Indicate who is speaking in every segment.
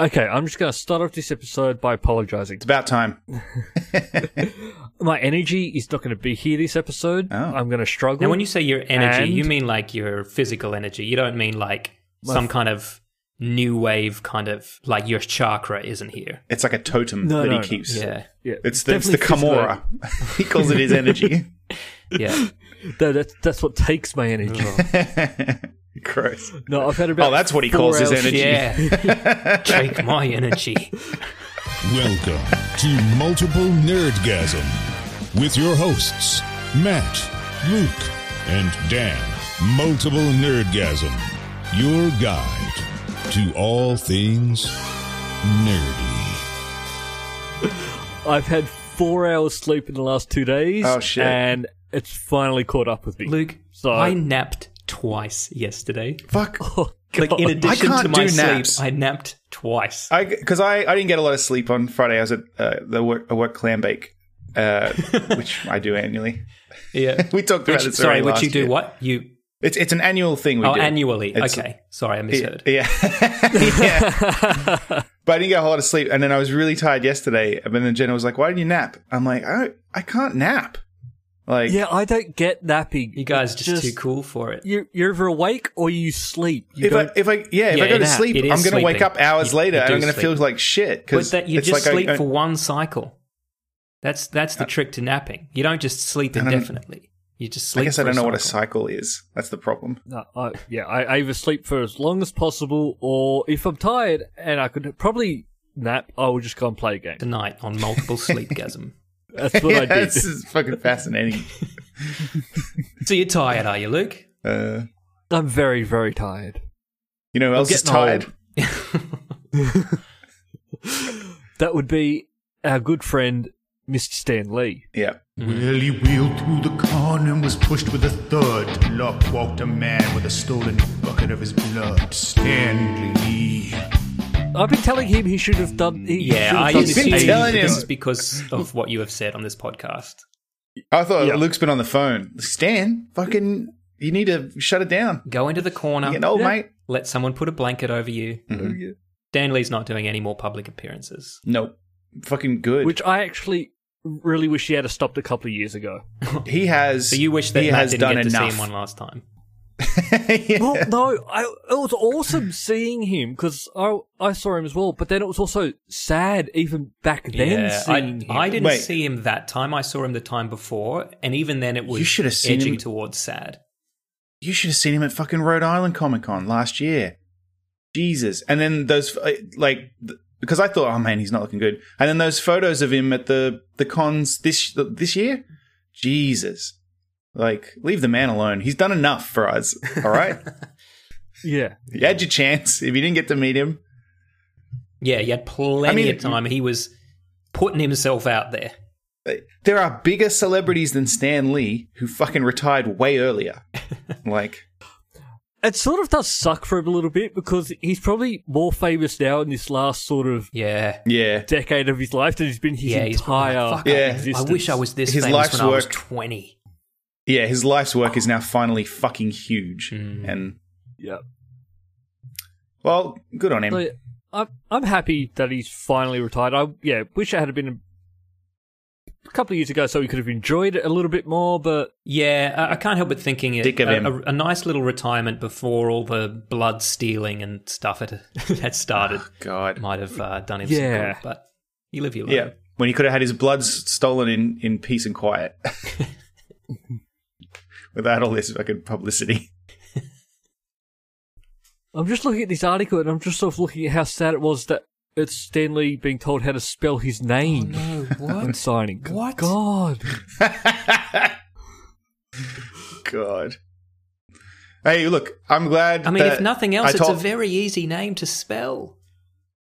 Speaker 1: Okay, I'm just going to start off this episode by apologizing.
Speaker 2: It's about time.
Speaker 1: My energy is not going to be here this episode.
Speaker 2: Oh.
Speaker 1: I'm going to struggle.
Speaker 3: Now, when you say your energy,
Speaker 1: And-
Speaker 3: you mean like your physical energy. You don't mean like
Speaker 1: My
Speaker 3: some
Speaker 1: f-
Speaker 3: kind of new wave kind of like your chakra isn't here.
Speaker 2: It's like a totem
Speaker 1: No,
Speaker 2: that
Speaker 1: no,
Speaker 2: he keeps.
Speaker 3: Yeah,
Speaker 1: yeah,
Speaker 2: It's the, it's the
Speaker 1: definitely
Speaker 2: Kamora. he calls it his energy.
Speaker 3: yeah.
Speaker 1: physical- No, that's, that's what takes my energy.
Speaker 3: Oh.
Speaker 2: Gross.
Speaker 1: No, I've had about.
Speaker 2: Oh, that's what he
Speaker 1: four
Speaker 2: calls his
Speaker 1: hours-
Speaker 2: energy.
Speaker 3: yeah. Take my energy.
Speaker 4: Welcome to Multiple Nerdgasm with your hosts, Matt, Luke, and Dan. Multiple Nerdgasm, your guide to all things nerdy.
Speaker 1: I've had four hours sleep in the last two days.
Speaker 2: Oh, shit.
Speaker 1: And it's finally caught up with me.
Speaker 3: Luke,
Speaker 1: So-
Speaker 3: I napped twice yesterday.
Speaker 2: Fuck.
Speaker 1: Oh, God.
Speaker 3: Like in addition
Speaker 2: can't
Speaker 3: to my
Speaker 2: do
Speaker 3: sleep,
Speaker 2: naps.
Speaker 3: I napped twice.
Speaker 2: I because I, I didn't get a lot of sleep on Friday. I was at uh, the work a work clam bake, uh, which I do annually.
Speaker 3: yeah.
Speaker 2: We talked about
Speaker 3: Which,
Speaker 2: this. already
Speaker 3: sorry, which
Speaker 2: last
Speaker 3: you do
Speaker 2: year.
Speaker 3: what? You
Speaker 2: It's it's an annual thing we
Speaker 3: oh
Speaker 2: do.
Speaker 3: annually.
Speaker 2: It's-
Speaker 3: okay, sorry, I
Speaker 2: Yeah,
Speaker 3: misheard.
Speaker 2: yeah. Yeah. But I didn't get a whole lot of sleep, and then I was really tired yesterday. And then Jenna was like, "Why didn't you nap?" I'm like, "I don't- I can't nap." Like,
Speaker 1: yeah, I don't get napping.
Speaker 3: you guys are just,
Speaker 1: Just-
Speaker 3: too cool for it.
Speaker 1: You're, you're either awake or you sleep. You
Speaker 2: if I if I yeah, if
Speaker 3: Yeah,
Speaker 2: I go to
Speaker 3: it-
Speaker 2: sleep,
Speaker 3: it
Speaker 2: I'm
Speaker 3: is
Speaker 2: going to wake
Speaker 3: sleeping.
Speaker 2: up hours
Speaker 3: You-
Speaker 2: later,
Speaker 3: you
Speaker 2: and
Speaker 3: do
Speaker 2: I'm going to
Speaker 3: sleep.
Speaker 2: feel like shit
Speaker 3: But
Speaker 2: because
Speaker 3: that you
Speaker 2: it's
Speaker 3: just
Speaker 2: like I-
Speaker 3: sleep
Speaker 2: I- Uh,
Speaker 3: for one cycle. That's that's the trick to napping. You don't just sleep
Speaker 2: I don't-
Speaker 3: indefinitely. You
Speaker 2: I
Speaker 3: just sleep.
Speaker 2: guess
Speaker 3: for
Speaker 2: I don't know what a
Speaker 3: cycle.
Speaker 2: cycle is. That's the problem.
Speaker 1: No, I, yeah, I, I either sleep for as long as possible, or if I'm tired and I could probably nap, I will just go and play a game.
Speaker 3: Tonight on multiple sleepgasm.
Speaker 1: That's what I did.
Speaker 2: this is fucking fascinating.
Speaker 3: So you're tired, are you, Luke?
Speaker 2: Uh,
Speaker 1: I'm very, very tired.
Speaker 2: you know, who else is
Speaker 1: getting old.
Speaker 2: tired.
Speaker 1: That would be our good friend, Mr. Stan Lee.
Speaker 2: Yeah.
Speaker 5: Well, he wheeled through the corner and was pushed with a thud. Till up walked a man with a stolen bucket of his blood. Stanley.
Speaker 1: I've been telling him he should have done. He should
Speaker 3: Yeah,
Speaker 1: have
Speaker 3: I
Speaker 1: done
Speaker 2: He's
Speaker 1: this
Speaker 2: been
Speaker 3: assume
Speaker 1: ages
Speaker 2: telling
Speaker 3: that
Speaker 2: him.
Speaker 3: this is because of what you have said on this podcast.
Speaker 2: I thought
Speaker 1: Yeah.
Speaker 2: Luke's been on the phone. Stan, fucking, you need to shut it down.
Speaker 3: Go into the corner.
Speaker 2: You know, mate. Mm-hmm.
Speaker 3: Let someone put a blanket over you. Dan Lee's not doing any more public appearances.
Speaker 2: Nope. Fucking good.
Speaker 1: which I actually really wish he had have stopped a couple of years ago.
Speaker 2: he has.
Speaker 3: So you wish that
Speaker 2: he
Speaker 3: Matt
Speaker 2: has
Speaker 3: didn't
Speaker 2: done
Speaker 3: get to
Speaker 2: enough.
Speaker 3: see him one last time.
Speaker 2: Yeah.
Speaker 1: Well, no, I, it was awesome seeing him because I, I saw him as well, but then it was also sad even back then
Speaker 3: yeah, I,
Speaker 1: seeing him.
Speaker 3: I didn't
Speaker 2: Wait.
Speaker 3: see him that time. I saw him the time before, and even then it was
Speaker 2: You should have seen
Speaker 3: edging
Speaker 2: him-
Speaker 3: towards sad.
Speaker 2: You should have seen him at fucking Rhode Island Comic Con last year. Jesus. And then those uh, like th- because I thought, oh man, he's not looking good. And then those photos of him at the the cons this this year. Jesus. Like, leave the man alone. He's done enough for us. All right.
Speaker 1: yeah.
Speaker 2: you had your chance. If you didn't get to meet him,
Speaker 3: Yeah, he had plenty
Speaker 2: I mean,
Speaker 3: of time. He was putting himself out there.
Speaker 2: Uh, there are bigger celebrities than Stan Lee who fucking retired way earlier. like,
Speaker 1: It sort of does suck for him a little bit because he's probably more famous now in this last sort of
Speaker 3: Yeah.
Speaker 2: yeah.
Speaker 1: decade of his life than he's been his
Speaker 3: yeah, he's probably
Speaker 1: entire
Speaker 3: like, Fuck, I-
Speaker 2: Yeah.
Speaker 3: I,
Speaker 1: existence.
Speaker 3: wish I was this
Speaker 2: His
Speaker 3: famous
Speaker 2: life's
Speaker 3: when I was
Speaker 2: work.
Speaker 3: 20.
Speaker 2: Yeah, his life's work is now finally fucking huge. And
Speaker 1: Yeah.
Speaker 2: well, good on him.
Speaker 1: So, I'm I'm happy that he's finally retired. I yeah, wish I had been a couple of years ago so we could have enjoyed it a little bit more, but
Speaker 3: Yeah, I, I can't help but thinking it,
Speaker 2: Dick of
Speaker 3: a,
Speaker 2: him.
Speaker 3: A, a nice little retirement before all the blood stealing and stuff had, had started
Speaker 2: God.
Speaker 3: might have uh, done him
Speaker 1: Yeah.
Speaker 3: some good. But you live your life.
Speaker 2: Yeah. When he could have had his blood s- stolen in, in peace and quiet. Without all this fucking publicity.
Speaker 1: I'm just looking at this article and I'm just sort of looking at how sad it was that it's Stanley being told how to spell his name
Speaker 3: Oh, No,
Speaker 1: when
Speaker 3: what?
Speaker 1: signing.
Speaker 3: What?
Speaker 1: God.
Speaker 2: God. Hey, look, I'm glad.
Speaker 3: I mean, if
Speaker 2: that
Speaker 3: nothing else,
Speaker 2: I
Speaker 3: it's a
Speaker 2: told-
Speaker 3: very easy name to spell.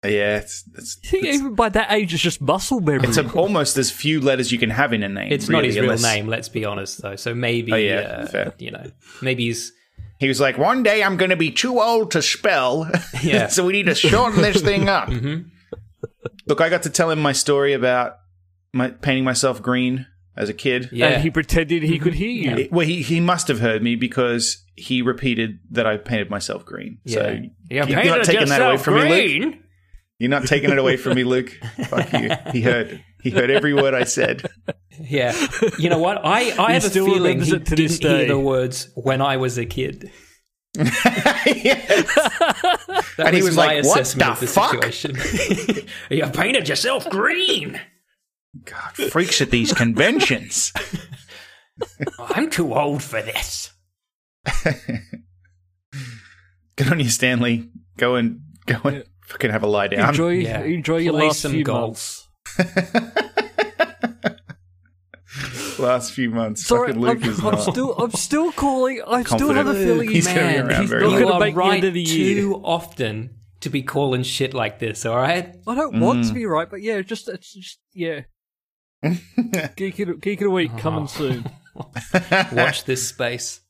Speaker 2: Yeah, it's, it's,
Speaker 1: I think
Speaker 2: it's,
Speaker 1: even by that age it's just muscle memory.
Speaker 2: it's a, almost as few letters you can have in a name.
Speaker 3: It's not
Speaker 2: really,
Speaker 3: his real
Speaker 2: unless-
Speaker 3: name, let's be honest, though. So maybe,
Speaker 2: Oh, yeah,
Speaker 3: uh,
Speaker 2: fair.
Speaker 3: you know, maybe he's.
Speaker 2: He was like, one day I'm going to be too old to spell.
Speaker 3: Yeah. Mm-hmm.
Speaker 2: so we need to shorten this thing up. Look, I got to tell him my story about my painting myself green as a kid.
Speaker 3: Yeah.
Speaker 1: And he pretended he could hear you.
Speaker 2: It- well, he, he must have heard me because he repeated that I painted myself green. So
Speaker 3: Yeah.
Speaker 2: you're not taking that away from me, Luke. You're not taking it away from me, Luke. Fuck you. He heard. He heard every word I said.
Speaker 3: Yeah. You know what? I, I
Speaker 1: He
Speaker 3: have a
Speaker 1: still
Speaker 3: feeling
Speaker 1: remembers
Speaker 3: he
Speaker 1: it to this
Speaker 3: didn't hear
Speaker 1: day.
Speaker 3: the words when I was a kid.
Speaker 2: Yes.
Speaker 3: That
Speaker 2: And he
Speaker 3: was,
Speaker 2: was
Speaker 3: my
Speaker 2: like, "What
Speaker 3: assessment
Speaker 2: the
Speaker 3: of the
Speaker 2: fuck?"
Speaker 3: situation. you painted yourself green.
Speaker 2: God, freaks at these conventions.
Speaker 3: I'm too old for this.
Speaker 2: Good on you, Stanley. Go and go and fucking have a lie down.
Speaker 1: Enjoy,
Speaker 3: Yeah.
Speaker 1: enjoy your
Speaker 3: Play
Speaker 1: last
Speaker 3: some
Speaker 1: few
Speaker 3: golf.
Speaker 1: months.
Speaker 2: Last few months,
Speaker 1: Sorry,
Speaker 2: fucking
Speaker 1: I'm,
Speaker 2: Luke is
Speaker 1: I'm
Speaker 2: not.
Speaker 1: still, I'm still calling. I still have a
Speaker 2: Confident.
Speaker 1: feeling
Speaker 2: He's
Speaker 1: he's
Speaker 2: gonna be
Speaker 1: man.
Speaker 2: around
Speaker 1: He's not
Speaker 2: very
Speaker 1: going
Speaker 2: long.
Speaker 3: you
Speaker 1: to
Speaker 3: are
Speaker 1: make the
Speaker 3: right
Speaker 1: end of the year.
Speaker 3: too often to be calling shit like this, all right?
Speaker 1: I don't want
Speaker 2: Mm.
Speaker 1: to be right, but yeah, just it's just yeah. geek it, geek it a week
Speaker 2: Ah.
Speaker 1: coming soon.
Speaker 3: Watch this space.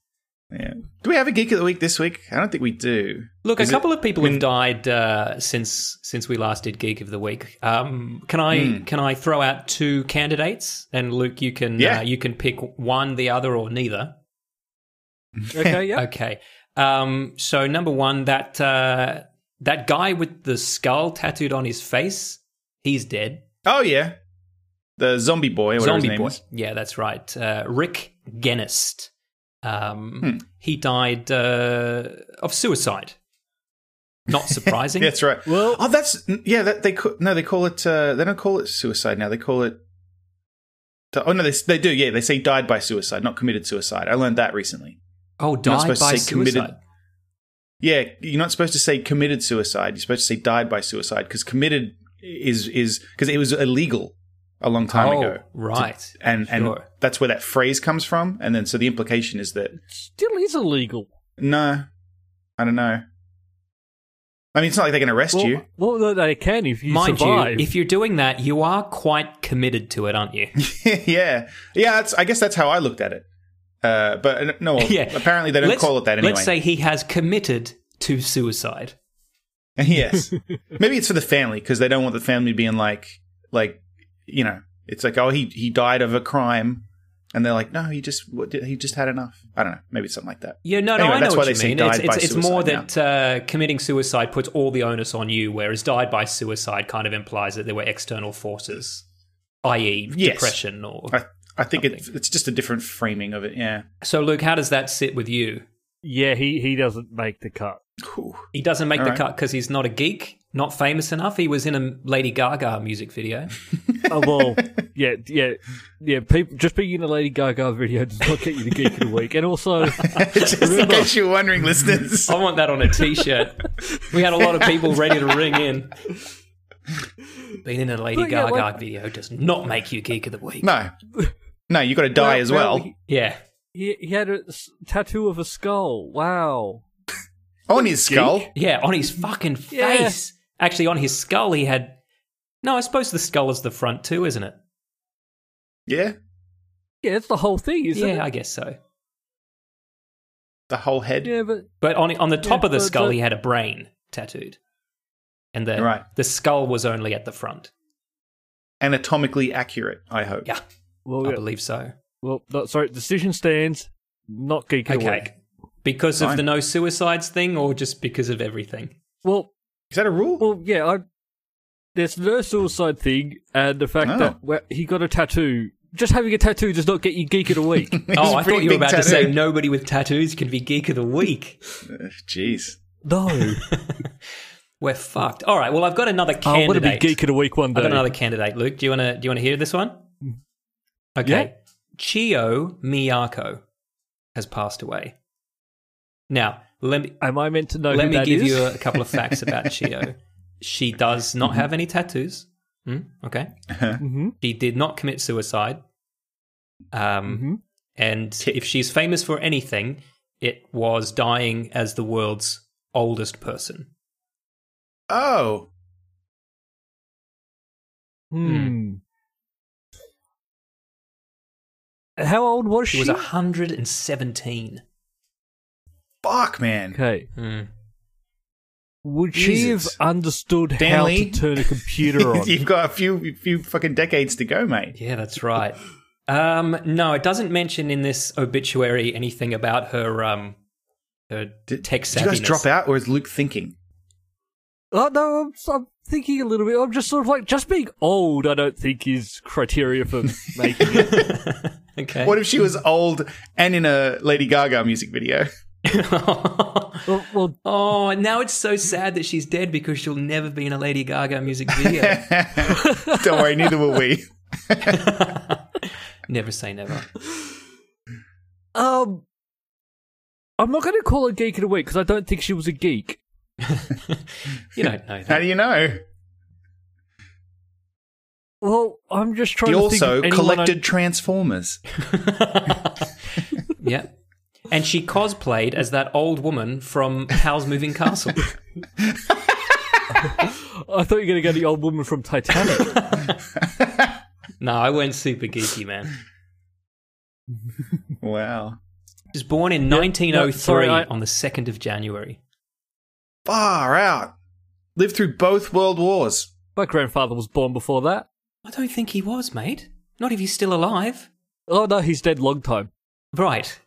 Speaker 2: Yeah. Do we have a geek of the week this week? I don't think we do.
Speaker 3: Look,
Speaker 2: Is it-
Speaker 3: a couple of people
Speaker 2: when-
Speaker 3: have died uh, since since we last did Geek of the Week. Um, can I
Speaker 2: Hmm.
Speaker 3: can I throw out two candidates and Luke, you can
Speaker 2: Yeah.
Speaker 3: uh, you can pick one, the other, or neither.
Speaker 1: Okay, yeah.
Speaker 3: Okay. Um, so number one, that uh, that guy with the skull tattooed on his face, he's dead.
Speaker 2: Oh yeah, the zombie boy. Or whatever his
Speaker 3: Zombie
Speaker 2: name
Speaker 3: boy.
Speaker 2: Is.
Speaker 3: Yeah, that's right. Uh, Rick Genest.
Speaker 2: Hmm.
Speaker 3: Um, He died uh, of suicide. Not surprising.
Speaker 2: That's right.
Speaker 1: Well-
Speaker 2: oh, that's yeah. That they ca- no, they call it. Uh, they don't call it suicide now. They call it. Oh no, they they do. Yeah, they say died by suicide, not committed suicide. I learned that recently.
Speaker 3: Oh, died
Speaker 2: supposed to
Speaker 3: by
Speaker 2: say committed-
Speaker 3: suicide.
Speaker 2: Yeah, you're not supposed to say committed suicide. You're supposed to say died by suicide because committed is is because it was illegal a long time
Speaker 3: oh,
Speaker 2: ago.
Speaker 3: right.
Speaker 2: And and
Speaker 3: Sure.
Speaker 2: that's where that phrase comes from. And then so the implication is that
Speaker 1: Still is illegal.
Speaker 2: no, I don't know. I mean, it's not like they can arrest
Speaker 1: Well,
Speaker 2: you.
Speaker 1: well, no, they can if you
Speaker 3: Mind
Speaker 1: survive.
Speaker 3: you, if you're doing that, you are quite committed to it, aren't you?
Speaker 2: yeah, yeah. That's, I guess that's how I looked at it. Uh, but no, well,
Speaker 3: yeah.
Speaker 2: apparently they don't
Speaker 3: Let's-
Speaker 2: call it that anyway.
Speaker 3: Let's say he has committed to suicide.
Speaker 2: yes, maybe it's for the family because they don't want the family being like, like, you know, it's like oh he he died of a crime, and they're like no he just what, did- he just had enough. I don't know. Maybe it's something like that.
Speaker 3: Yeah, no, no,
Speaker 2: Anyway,
Speaker 3: I know
Speaker 2: that's why
Speaker 3: what
Speaker 2: they
Speaker 3: you
Speaker 2: say
Speaker 3: mean.
Speaker 2: died
Speaker 3: It's, it's,
Speaker 2: by
Speaker 3: it's more
Speaker 2: suicide
Speaker 3: that uh, committing suicide puts all the onus on you, whereas died by suicide kind of implies that there were external forces, i.e.,
Speaker 2: Yes.
Speaker 3: depression. Or
Speaker 2: I I think it, it's just a different framing of it. Yeah.
Speaker 3: so, Luke, how does that sit with you?
Speaker 1: yeah, he he doesn't make the cut.
Speaker 2: Whew.
Speaker 3: He doesn't make
Speaker 2: All
Speaker 3: the
Speaker 2: right.
Speaker 3: cut because he's not a geek, not famous enough. He was in a Lady Gaga music video.
Speaker 1: Oh well, yeah, yeah, yeah. People, just being in a Lady Gaga video does not get you to geek of the week. And also,
Speaker 2: just in case you're wondering, listeners.
Speaker 3: I want that on a T-shirt. we had a lot of people ready to ring in. Being in a Lady
Speaker 1: But yeah,
Speaker 3: Gaga
Speaker 1: like-
Speaker 3: video does not make you geek of the week.
Speaker 2: No, no, you got to die as well.
Speaker 1: he-
Speaker 3: Yeah.
Speaker 1: He, he had a s- tattoo of a skull. Wow.
Speaker 2: On his skull.
Speaker 3: Yeah, on his fucking
Speaker 1: Yeah.
Speaker 3: face. Actually, on his skull, he had. No, I suppose the skull is the front too, isn't it?
Speaker 2: Yeah,
Speaker 1: Yeah, it's the whole thing, isn't
Speaker 3: yeah,
Speaker 1: it?
Speaker 3: I guess so.
Speaker 2: the whole head.
Speaker 1: yeah, but
Speaker 3: But on on the top
Speaker 1: Yeah,
Speaker 3: of the
Speaker 1: but
Speaker 3: skull,
Speaker 1: the-
Speaker 3: he had a brain tattooed, and the
Speaker 2: Right.
Speaker 3: the skull was only at the front.
Speaker 2: Anatomically accurate. I hope.
Speaker 3: Yeah,
Speaker 2: Oh,
Speaker 1: well,
Speaker 3: I
Speaker 1: yeah.
Speaker 3: believe so.
Speaker 1: well, no, sorry. Decision stands. Not geek of the
Speaker 3: Okay,
Speaker 1: week.
Speaker 3: because
Speaker 2: Fine.
Speaker 3: of the no suicides thing, or just because of everything?
Speaker 1: Well,
Speaker 2: Is that a rule?
Speaker 1: Well, yeah, I, there's no suicide thing, and the fact
Speaker 2: Oh.
Speaker 1: that well, he got a tattoo. Just having a tattoo does not get you geek of the week.
Speaker 3: oh, I
Speaker 2: pretty
Speaker 3: thought you were
Speaker 2: big
Speaker 3: about to
Speaker 2: tattoo.
Speaker 3: say nobody with tattoos can be geek of the week.
Speaker 2: Uh, Jeez.
Speaker 1: no, Oh,
Speaker 3: We're fucked. All right. Well, I've got another
Speaker 1: I
Speaker 3: candidate.
Speaker 1: want to be geek of the week one
Speaker 3: I've
Speaker 1: day.
Speaker 3: got another candidate, Luke. Do you want to do you want to hear this one? Okay. Chio Miyako has passed away. Now, let me
Speaker 1: Am I meant to know
Speaker 3: let
Speaker 1: who
Speaker 3: me
Speaker 1: that
Speaker 3: give
Speaker 1: is?
Speaker 3: you a couple of facts about Chio. She does not have any tattoos. Mm, okay.
Speaker 1: Mhm.
Speaker 3: She did not commit suicide. Um,
Speaker 2: Mm-hmm.
Speaker 1: Mhm.
Speaker 3: and if she's famous for anything, it was dying as the world's oldest person.
Speaker 2: Oh,
Speaker 1: Hmm. How old was she?
Speaker 3: She was 117.
Speaker 2: fuck, man.
Speaker 1: okay.
Speaker 2: Hmm.
Speaker 3: Mm.
Speaker 1: Would she have
Speaker 2: Jesus.
Speaker 1: understood
Speaker 2: Dan
Speaker 1: how
Speaker 2: Lee?
Speaker 1: to turn a computer on?
Speaker 2: You've got a few few fucking decades to go, mate.
Speaker 3: Yeah, that's right. um, no, it doesn't mention in this obituary anything about her um her
Speaker 2: Did,
Speaker 3: tech
Speaker 2: did you guys
Speaker 3: savviness.
Speaker 2: drop out, or is Luke thinking?
Speaker 1: Oh, no, I'm, I'm thinking a little bit. I'm just sort of like just being old. I don't think is criteria for making it.
Speaker 3: Okay.
Speaker 2: What if she was old and in a Lady Gaga music video?
Speaker 1: well, well,
Speaker 3: oh, now it's so sad that she's dead because she'll never be in a Lady Gaga music video.
Speaker 2: Don't worry, neither will we.
Speaker 3: never say never.
Speaker 1: um, I'm not going to call her geek of the week because I don't think she was a geek.
Speaker 3: You don't know that.
Speaker 2: How do you know?
Speaker 1: Well, I'm just trying
Speaker 2: He
Speaker 1: to think. of
Speaker 2: also
Speaker 1: anyone I-
Speaker 2: collected Transformers.
Speaker 3: Yeah. And she cosplayed as that old woman from Howl's Moving Castle.
Speaker 1: I thought you were going to go the old woman from Titanic.
Speaker 3: no, I went super geeky, man.
Speaker 2: Wow.
Speaker 3: She was born in
Speaker 1: no,
Speaker 3: 1903
Speaker 1: sorry, I-
Speaker 3: on the 2nd of January.
Speaker 2: Far out. Lived through both world wars.
Speaker 1: My grandfather was born before that.
Speaker 3: I don't think he was, mate. Not if he's still alive.
Speaker 1: Oh no, he's dead long time.
Speaker 3: Right.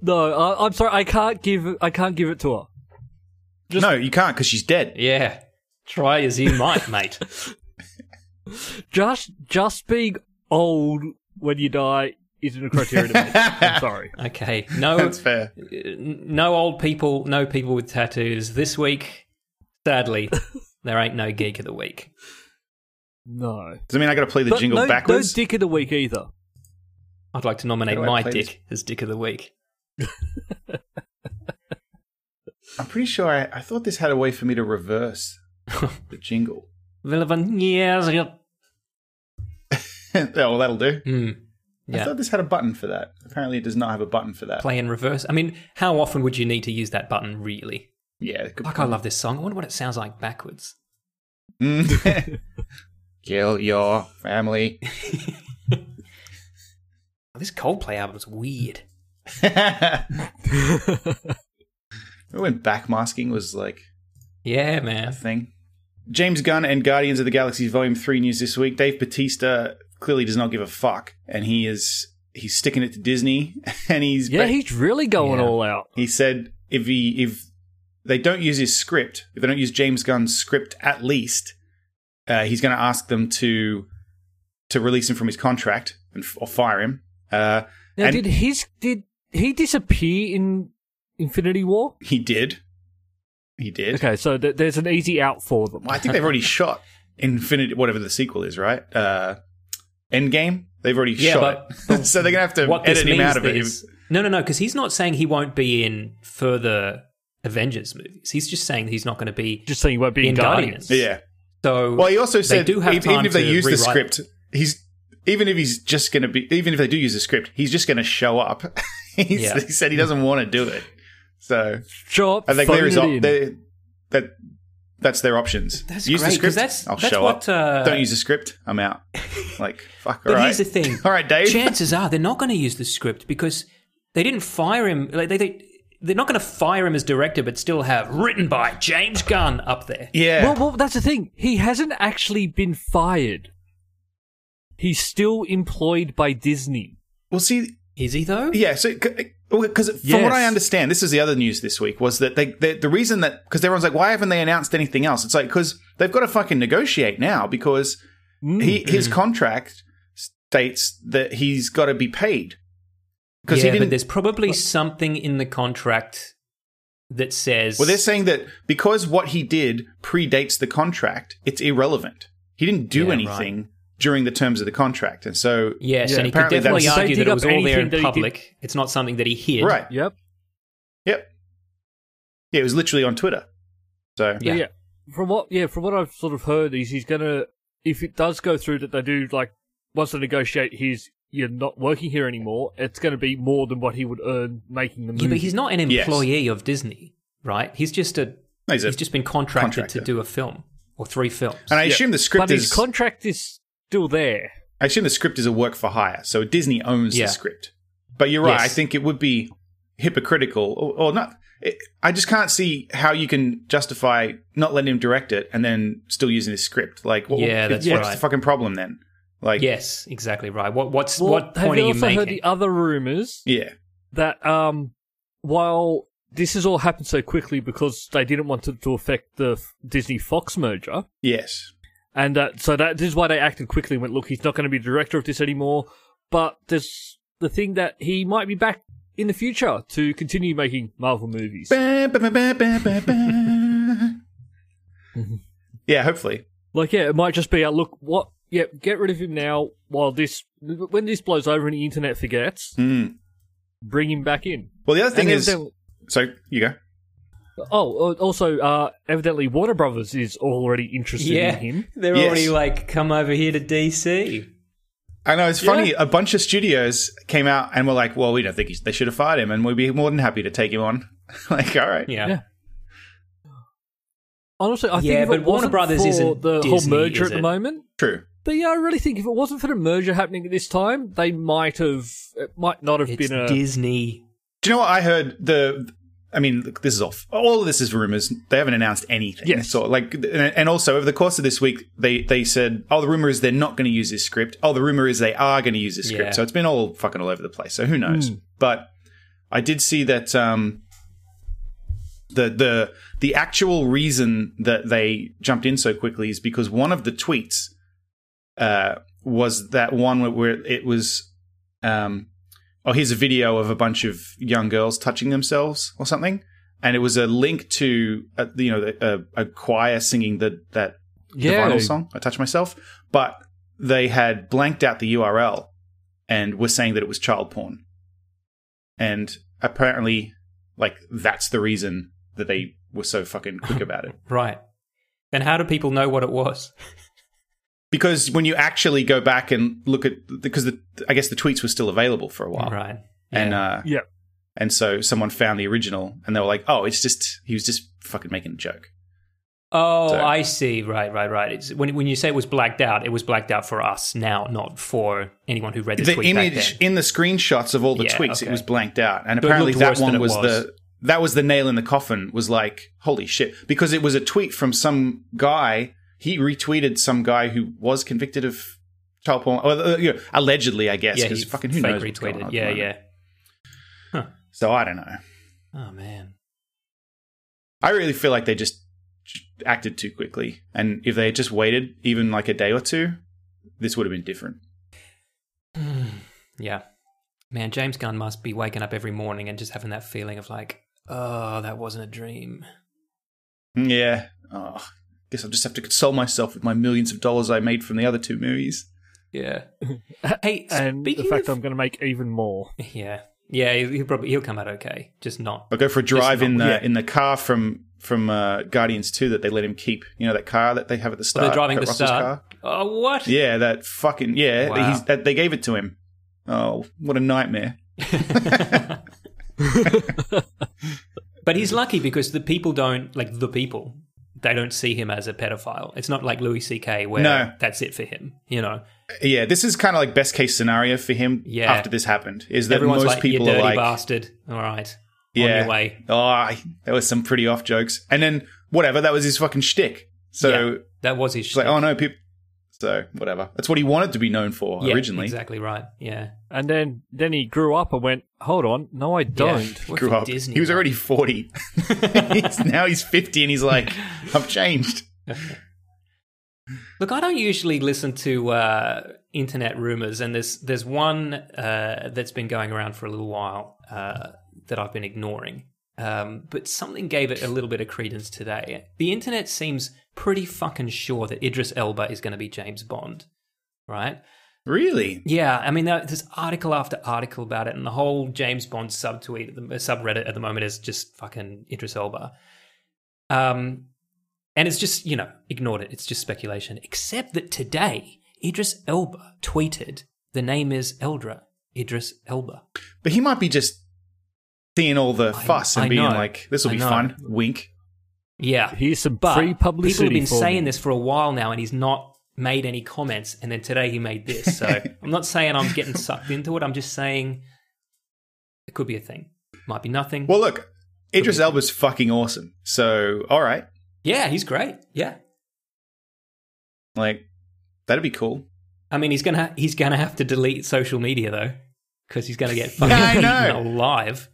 Speaker 1: No, I, I'm sorry, I can't give. I can't give it to her.
Speaker 2: no, you can't because she's dead.
Speaker 3: Yeah. Try as you might, mate.
Speaker 1: Just, just being old when you die isn't a criterion. to me. I'm sorry.
Speaker 3: Okay.
Speaker 1: Oh.
Speaker 3: No
Speaker 2: That's fair.
Speaker 3: n- no old people, no people with tattoos this week. Sadly, there ain't no geek of the week.
Speaker 1: No.
Speaker 2: Does it mean I got to play the
Speaker 1: But
Speaker 2: jingle
Speaker 1: no,
Speaker 2: backwards?
Speaker 1: No dick of the week either.
Speaker 3: I'd like to nominate
Speaker 2: How do I
Speaker 3: my
Speaker 2: play
Speaker 3: dick
Speaker 2: this?
Speaker 3: as dick of the week.
Speaker 2: I'm pretty sure I, I thought this had a way for me to reverse the jingle.
Speaker 3: Relevant years ago.
Speaker 2: oh, well, that'll do.
Speaker 3: Hmm. Yeah.
Speaker 2: I thought this had a button for that. Apparently, it does not have a button for that.
Speaker 3: Play in reverse. I mean, how often would you need to use that button, really?
Speaker 2: Yeah. Good
Speaker 3: Like, I love this song. I wonder what it sounds like backwards.
Speaker 2: Mm. Kill your family.
Speaker 3: This Coldplay album's weird.
Speaker 2: Remember when backmasking was like
Speaker 3: Yeah,
Speaker 2: a
Speaker 3: man.
Speaker 2: thing? James Gunn and Guardians of the Galaxy Volume 3 news this week. Dave Batista clearly does not give a fuck, and he is he's sticking it to Disney and he's
Speaker 1: Yeah, he's really going
Speaker 3: Yeah.
Speaker 1: all out.
Speaker 2: he said if he if they don't use his script, if they don't use James Gunn's script at least, uh, he's going to ask them to to release him from his contract and f- or fire him. Uh,
Speaker 1: Now,
Speaker 2: and
Speaker 1: did his did he disappear in Infinity War?
Speaker 2: he did. He did.
Speaker 1: Okay, so th- there's an easy out for them.
Speaker 2: Well, I think they've already shot Infinity, whatever the sequel is, right? Uh, Endgame. They've already
Speaker 3: Yeah,
Speaker 2: shot
Speaker 3: but-
Speaker 2: it, so they're gonna have to
Speaker 3: What this
Speaker 2: edit him
Speaker 3: means
Speaker 2: out of it.
Speaker 3: is- No, no, no, because he's not saying he won't be in further Avengers movies. He's just saying he's not going to be
Speaker 1: Just saying, he won't be in
Speaker 3: in
Speaker 1: Guardians.
Speaker 3: Guardians.
Speaker 2: yeah.
Speaker 3: So
Speaker 2: Well, he also
Speaker 3: they
Speaker 2: said
Speaker 3: do have
Speaker 2: ev- even
Speaker 3: time
Speaker 2: if they
Speaker 3: to
Speaker 2: use the
Speaker 3: rewrite it.
Speaker 2: script, he's even if he's just gonna be even if they do use the script, he's just gonna show up. He's-
Speaker 3: Yeah.
Speaker 2: He said he doesn't want to do it, so
Speaker 1: Sure,
Speaker 2: I think
Speaker 1: phone
Speaker 2: there is
Speaker 1: it
Speaker 2: op-
Speaker 1: in.
Speaker 2: they- that that's their options.
Speaker 3: That's
Speaker 2: use the
Speaker 3: great,
Speaker 2: script.
Speaker 3: 'cause that's-
Speaker 2: I'll
Speaker 3: that's
Speaker 2: show
Speaker 3: what,
Speaker 2: up.
Speaker 3: uh,
Speaker 2: Don't use the script. I'm out. Like fuck.
Speaker 3: But
Speaker 2: all
Speaker 3: here's
Speaker 2: right.
Speaker 3: the thing.
Speaker 2: all right, Dave.
Speaker 3: Chances are they're not going to use the script because they didn't fire him. Like they, they they're not going to fire him as director, but still have written by James Gunn up there.
Speaker 2: yeah.
Speaker 1: Well, well, that's the thing. He hasn't actually been fired. He's still employed by Disney.
Speaker 2: well, see,
Speaker 3: Is he though?
Speaker 2: Yeah, so because from
Speaker 1: Yes.
Speaker 2: what I understand, this is the other news this week was that they, they the reason that because everyone's like, why haven't they announced anything else? It's like because they've got to fucking negotiate now because
Speaker 1: Mm.
Speaker 2: he,
Speaker 3: Mm.
Speaker 2: his contract states that he's got to be paid because
Speaker 3: yeah,
Speaker 2: he
Speaker 3: but
Speaker 2: didn't.
Speaker 3: there's probably something in the contract that says.
Speaker 2: Well, they're saying that because what he did predates the contract, it's irrelevant. He didn't do
Speaker 3: Yeah, right.
Speaker 2: anything during the terms of the contract, and so
Speaker 3: Yes,
Speaker 1: Yeah,
Speaker 3: and he could
Speaker 2: apparently
Speaker 3: definitely
Speaker 1: that's- They
Speaker 3: argue
Speaker 1: dig
Speaker 3: that it was
Speaker 1: up
Speaker 3: all there
Speaker 1: anything
Speaker 3: in
Speaker 1: that he did-
Speaker 3: public. It's not something that he hid.
Speaker 2: right,
Speaker 1: Yep.
Speaker 2: yep, yeah, it was literally on Twitter. So
Speaker 3: Yeah.
Speaker 1: From what yeah, from what I've sort of heard is he's gonna if it does go through that they do like once they negotiate his you're not working here anymore, it's gonna be more than what he would earn making the movie.
Speaker 3: Yeah, but he's not an
Speaker 2: Yes.
Speaker 3: employee of Disney, right? He's just a.
Speaker 2: No, he's a
Speaker 3: he's just been contracted
Speaker 2: contractor.
Speaker 3: to do a film or three films.
Speaker 2: And I
Speaker 1: Yeah.
Speaker 2: assume the script
Speaker 1: But
Speaker 2: is
Speaker 1: his contract is still there.
Speaker 2: I assume the script is a work for hire, so Disney owns
Speaker 3: Yeah.
Speaker 2: the script. But you're right.
Speaker 3: Yes.
Speaker 2: I think it would be hypocritical, or, or not. It, I just can't see how you can justify not letting him direct it and then still using his script. Like, what,
Speaker 3: Yeah,
Speaker 2: what-
Speaker 3: that's
Speaker 2: what's
Speaker 3: right.
Speaker 2: the fucking problem then? Like,
Speaker 3: yes, exactly right. What what's
Speaker 1: Well,
Speaker 3: what
Speaker 1: have
Speaker 3: point
Speaker 1: you
Speaker 3: are you
Speaker 1: also
Speaker 3: making?
Speaker 1: heard the other rumors
Speaker 2: yeah,
Speaker 1: that um while this has all happened so quickly because they didn't want it to affect the Disney Fox merger.
Speaker 2: Yes.
Speaker 1: And uh, so that this is why they acted quickly and went, look, he's not going to be director of this anymore. But there's the thing that he might be back in the future to continue making Marvel movies.
Speaker 2: Ba, ba, ba, ba, ba, ba, ba. yeah, hopefully.
Speaker 1: Like, yeah, it might just be, uh, look, what? Yeah, get rid of him now while this, when this blows over and the internet forgets,
Speaker 2: Mm.
Speaker 1: bring him back in.
Speaker 2: Well, the other thing
Speaker 1: And
Speaker 2: is.
Speaker 1: evidently-
Speaker 2: So, you go.
Speaker 1: oh, uh, also, uh, evidently Warner Brothers is already interested
Speaker 3: yeah,
Speaker 1: in him.
Speaker 3: they're
Speaker 2: Yes.
Speaker 3: already like, come over here to DC.
Speaker 2: I know it's funny. A bunch of studios came out and were like, "Well, we don't think he's, they should have fired him, and we'd be more than happy to take him on." like, all right,
Speaker 3: Yeah.
Speaker 1: Yeah. Honestly, I
Speaker 3: Yeah,
Speaker 1: think if
Speaker 3: but
Speaker 1: it
Speaker 3: Warner
Speaker 1: wasn't
Speaker 3: Brothers
Speaker 1: for
Speaker 3: isn't
Speaker 1: the whole
Speaker 3: Disney,
Speaker 1: merger
Speaker 3: is
Speaker 1: at
Speaker 3: it?
Speaker 1: the moment.
Speaker 2: true.
Speaker 1: But yeah, I really think if it wasn't for the merger happening at this time, they might have. It might not have
Speaker 3: It's
Speaker 1: been a.
Speaker 3: Disney.
Speaker 2: Do you know what I heard? The, I mean, look, this is off. All of this is rumors. They haven't announced anything.
Speaker 1: Yes.
Speaker 2: So, like, and- and also over the course of this week, they they said, "Oh, the rumor is they're not going to use this script. Oh, the rumor is they are going to use this script."
Speaker 3: Yeah.
Speaker 2: So it's been all fucking all over the place. So who knows? But I did see that um, the the the actual reason that they jumped in so quickly is because one of the tweets uh, was that one where- where it was, um, oh, here's a video of a bunch of young girls touching themselves or something, and it was a link to uh, you know a, a choir singing the that the
Speaker 1: yeah,
Speaker 2: vinyl song, I Touch Myself, but they had blanked out the URL and were saying that it was child porn. And apparently, like, that's the reason that they were so fucking quick about it.
Speaker 3: Right. And how do people know what it was?
Speaker 2: Because when you actually go back and look at, because the, I guess the tweets were still available for a while.
Speaker 3: Right.
Speaker 2: And,
Speaker 3: Yeah.
Speaker 2: uh,
Speaker 1: yeah.
Speaker 2: and so someone found the original and they were like, oh, it's just, he was just fucking making a joke.
Speaker 3: oh,
Speaker 2: so-
Speaker 3: I see. Right, right, right. It's, when, when you say it was blacked out, it was blacked out for us now, not for anyone who read the,
Speaker 2: the
Speaker 3: tweet
Speaker 2: image
Speaker 3: back
Speaker 2: in the screenshots of all the
Speaker 3: Yeah,
Speaker 2: tweets it
Speaker 3: okay.
Speaker 2: was blanked out and
Speaker 3: But it
Speaker 2: apparently
Speaker 3: looked
Speaker 2: that
Speaker 3: worse than
Speaker 2: one
Speaker 3: it
Speaker 2: was,
Speaker 3: was.
Speaker 2: the that was the nail in the coffin was like holy shit because it was a tweet from some guy he retweeted some guy who was convicted of child porn or, uh, you know, allegedly i guess
Speaker 3: then.
Speaker 2: because fucking who knows what's going on
Speaker 3: retweeted.
Speaker 2: at the
Speaker 3: Yeah,
Speaker 2: moment.
Speaker 3: yeah.
Speaker 2: so i don't know
Speaker 3: Oh man.
Speaker 2: i really feel like they just acted too quickly and if they had just waited even like a day or two this would have been different
Speaker 3: Yeah. Man, James Gunn must be waking up every morning and just having that feeling of like, oh, that wasn't a dream.
Speaker 2: Yeah. Oh, guess I'll just have to console myself with my millions of dollars I made from the other two movies.
Speaker 3: Yeah. hey,
Speaker 1: And the
Speaker 3: speaking
Speaker 1: fact
Speaker 3: of-
Speaker 1: I'm going to make even more.
Speaker 3: yeah, yeah, he'll he'll probably he'll come out okay, just not.
Speaker 2: I'll go for a drive
Speaker 3: not-
Speaker 2: in the
Speaker 1: yeah.
Speaker 2: in the car from from uh, Guardians Two that they let him keep. You know that car that they have at the
Speaker 3: But
Speaker 2: start.
Speaker 3: they're driving
Speaker 2: Kurt
Speaker 3: the
Speaker 2: Russell's
Speaker 3: star. Oh, what?
Speaker 2: Yeah, that fucking yeah.
Speaker 3: Wow.
Speaker 2: He's, that, they gave it to him. Oh, what a nightmare!
Speaker 3: But he's lucky because the people don't like the people. They don't see him as a pedophile. It's not like Louis C.K. where
Speaker 2: No.
Speaker 3: that's it for him. You know,
Speaker 2: Yeah, this is kind of like best case scenario for him.
Speaker 3: Yeah.
Speaker 2: After this happened, is that
Speaker 3: everyone's
Speaker 2: most
Speaker 3: like,
Speaker 2: people
Speaker 3: "You dirty
Speaker 2: are like,
Speaker 3: bastard." All right, on
Speaker 2: yeah,
Speaker 3: your way.
Speaker 2: oh, I- there was some pretty off jokes, and then whatever that was his fucking shtick. So
Speaker 3: Yeah, that was his.
Speaker 2: It's like, oh no, people. So whatever. That's what he wanted to be known for
Speaker 3: yeah,
Speaker 2: originally.
Speaker 3: exactly right. Yeah,
Speaker 1: And then then he grew up and went, hold on, no, I don't.
Speaker 3: Yeah. What
Speaker 2: Grew
Speaker 3: the
Speaker 2: up.
Speaker 3: Disney
Speaker 2: he was
Speaker 3: one?
Speaker 2: already forty. he's, now he's fifty, and he's like, I've changed.
Speaker 3: Look, I don't usually listen to uh, internet rumors, and there's there's one uh, that's been going around for a little while uh, that I've been ignoring. Um, but something gave it a little bit of credence today. The internet seems pretty fucking sure that Idris Elba is going to be James Bond, right?
Speaker 2: Really?
Speaker 3: Yeah, I mean, there- there's article after article about it, and the whole James Bond subtweet, at the, uh, subreddit at the moment is just fucking Idris Elba. Um, and it's just, you know, ignored it. It's just speculation. Except that today, Idris Elba tweeted, the name is Eldra, Idris Elba.
Speaker 2: But he might be just seeing all the
Speaker 3: I-
Speaker 2: fuss and
Speaker 3: I
Speaker 2: being
Speaker 3: know.
Speaker 2: like, "This will
Speaker 3: I
Speaker 2: be
Speaker 3: know.
Speaker 2: fun." Wink.
Speaker 3: Yeah.
Speaker 1: Here's some
Speaker 3: But
Speaker 1: free
Speaker 3: people
Speaker 1: publicity.
Speaker 3: have been
Speaker 1: for
Speaker 3: saying
Speaker 1: me.
Speaker 3: this for a while now, and he's not made any comments. And then today he made this. So I'm not saying I'm getting sucked into it. I'm just saying it could be a thing. Might be nothing.
Speaker 2: Well, look, Idris
Speaker 3: be.
Speaker 2: Elba's fucking awesome. So all right,
Speaker 3: Yeah, he's great. Yeah.
Speaker 2: like that'd be cool.
Speaker 3: I mean, he's gonna he's gonna have to delete social media though, because he's gonna get
Speaker 2: Yeah, I
Speaker 3: fucking
Speaker 2: know.
Speaker 3: eaten alive.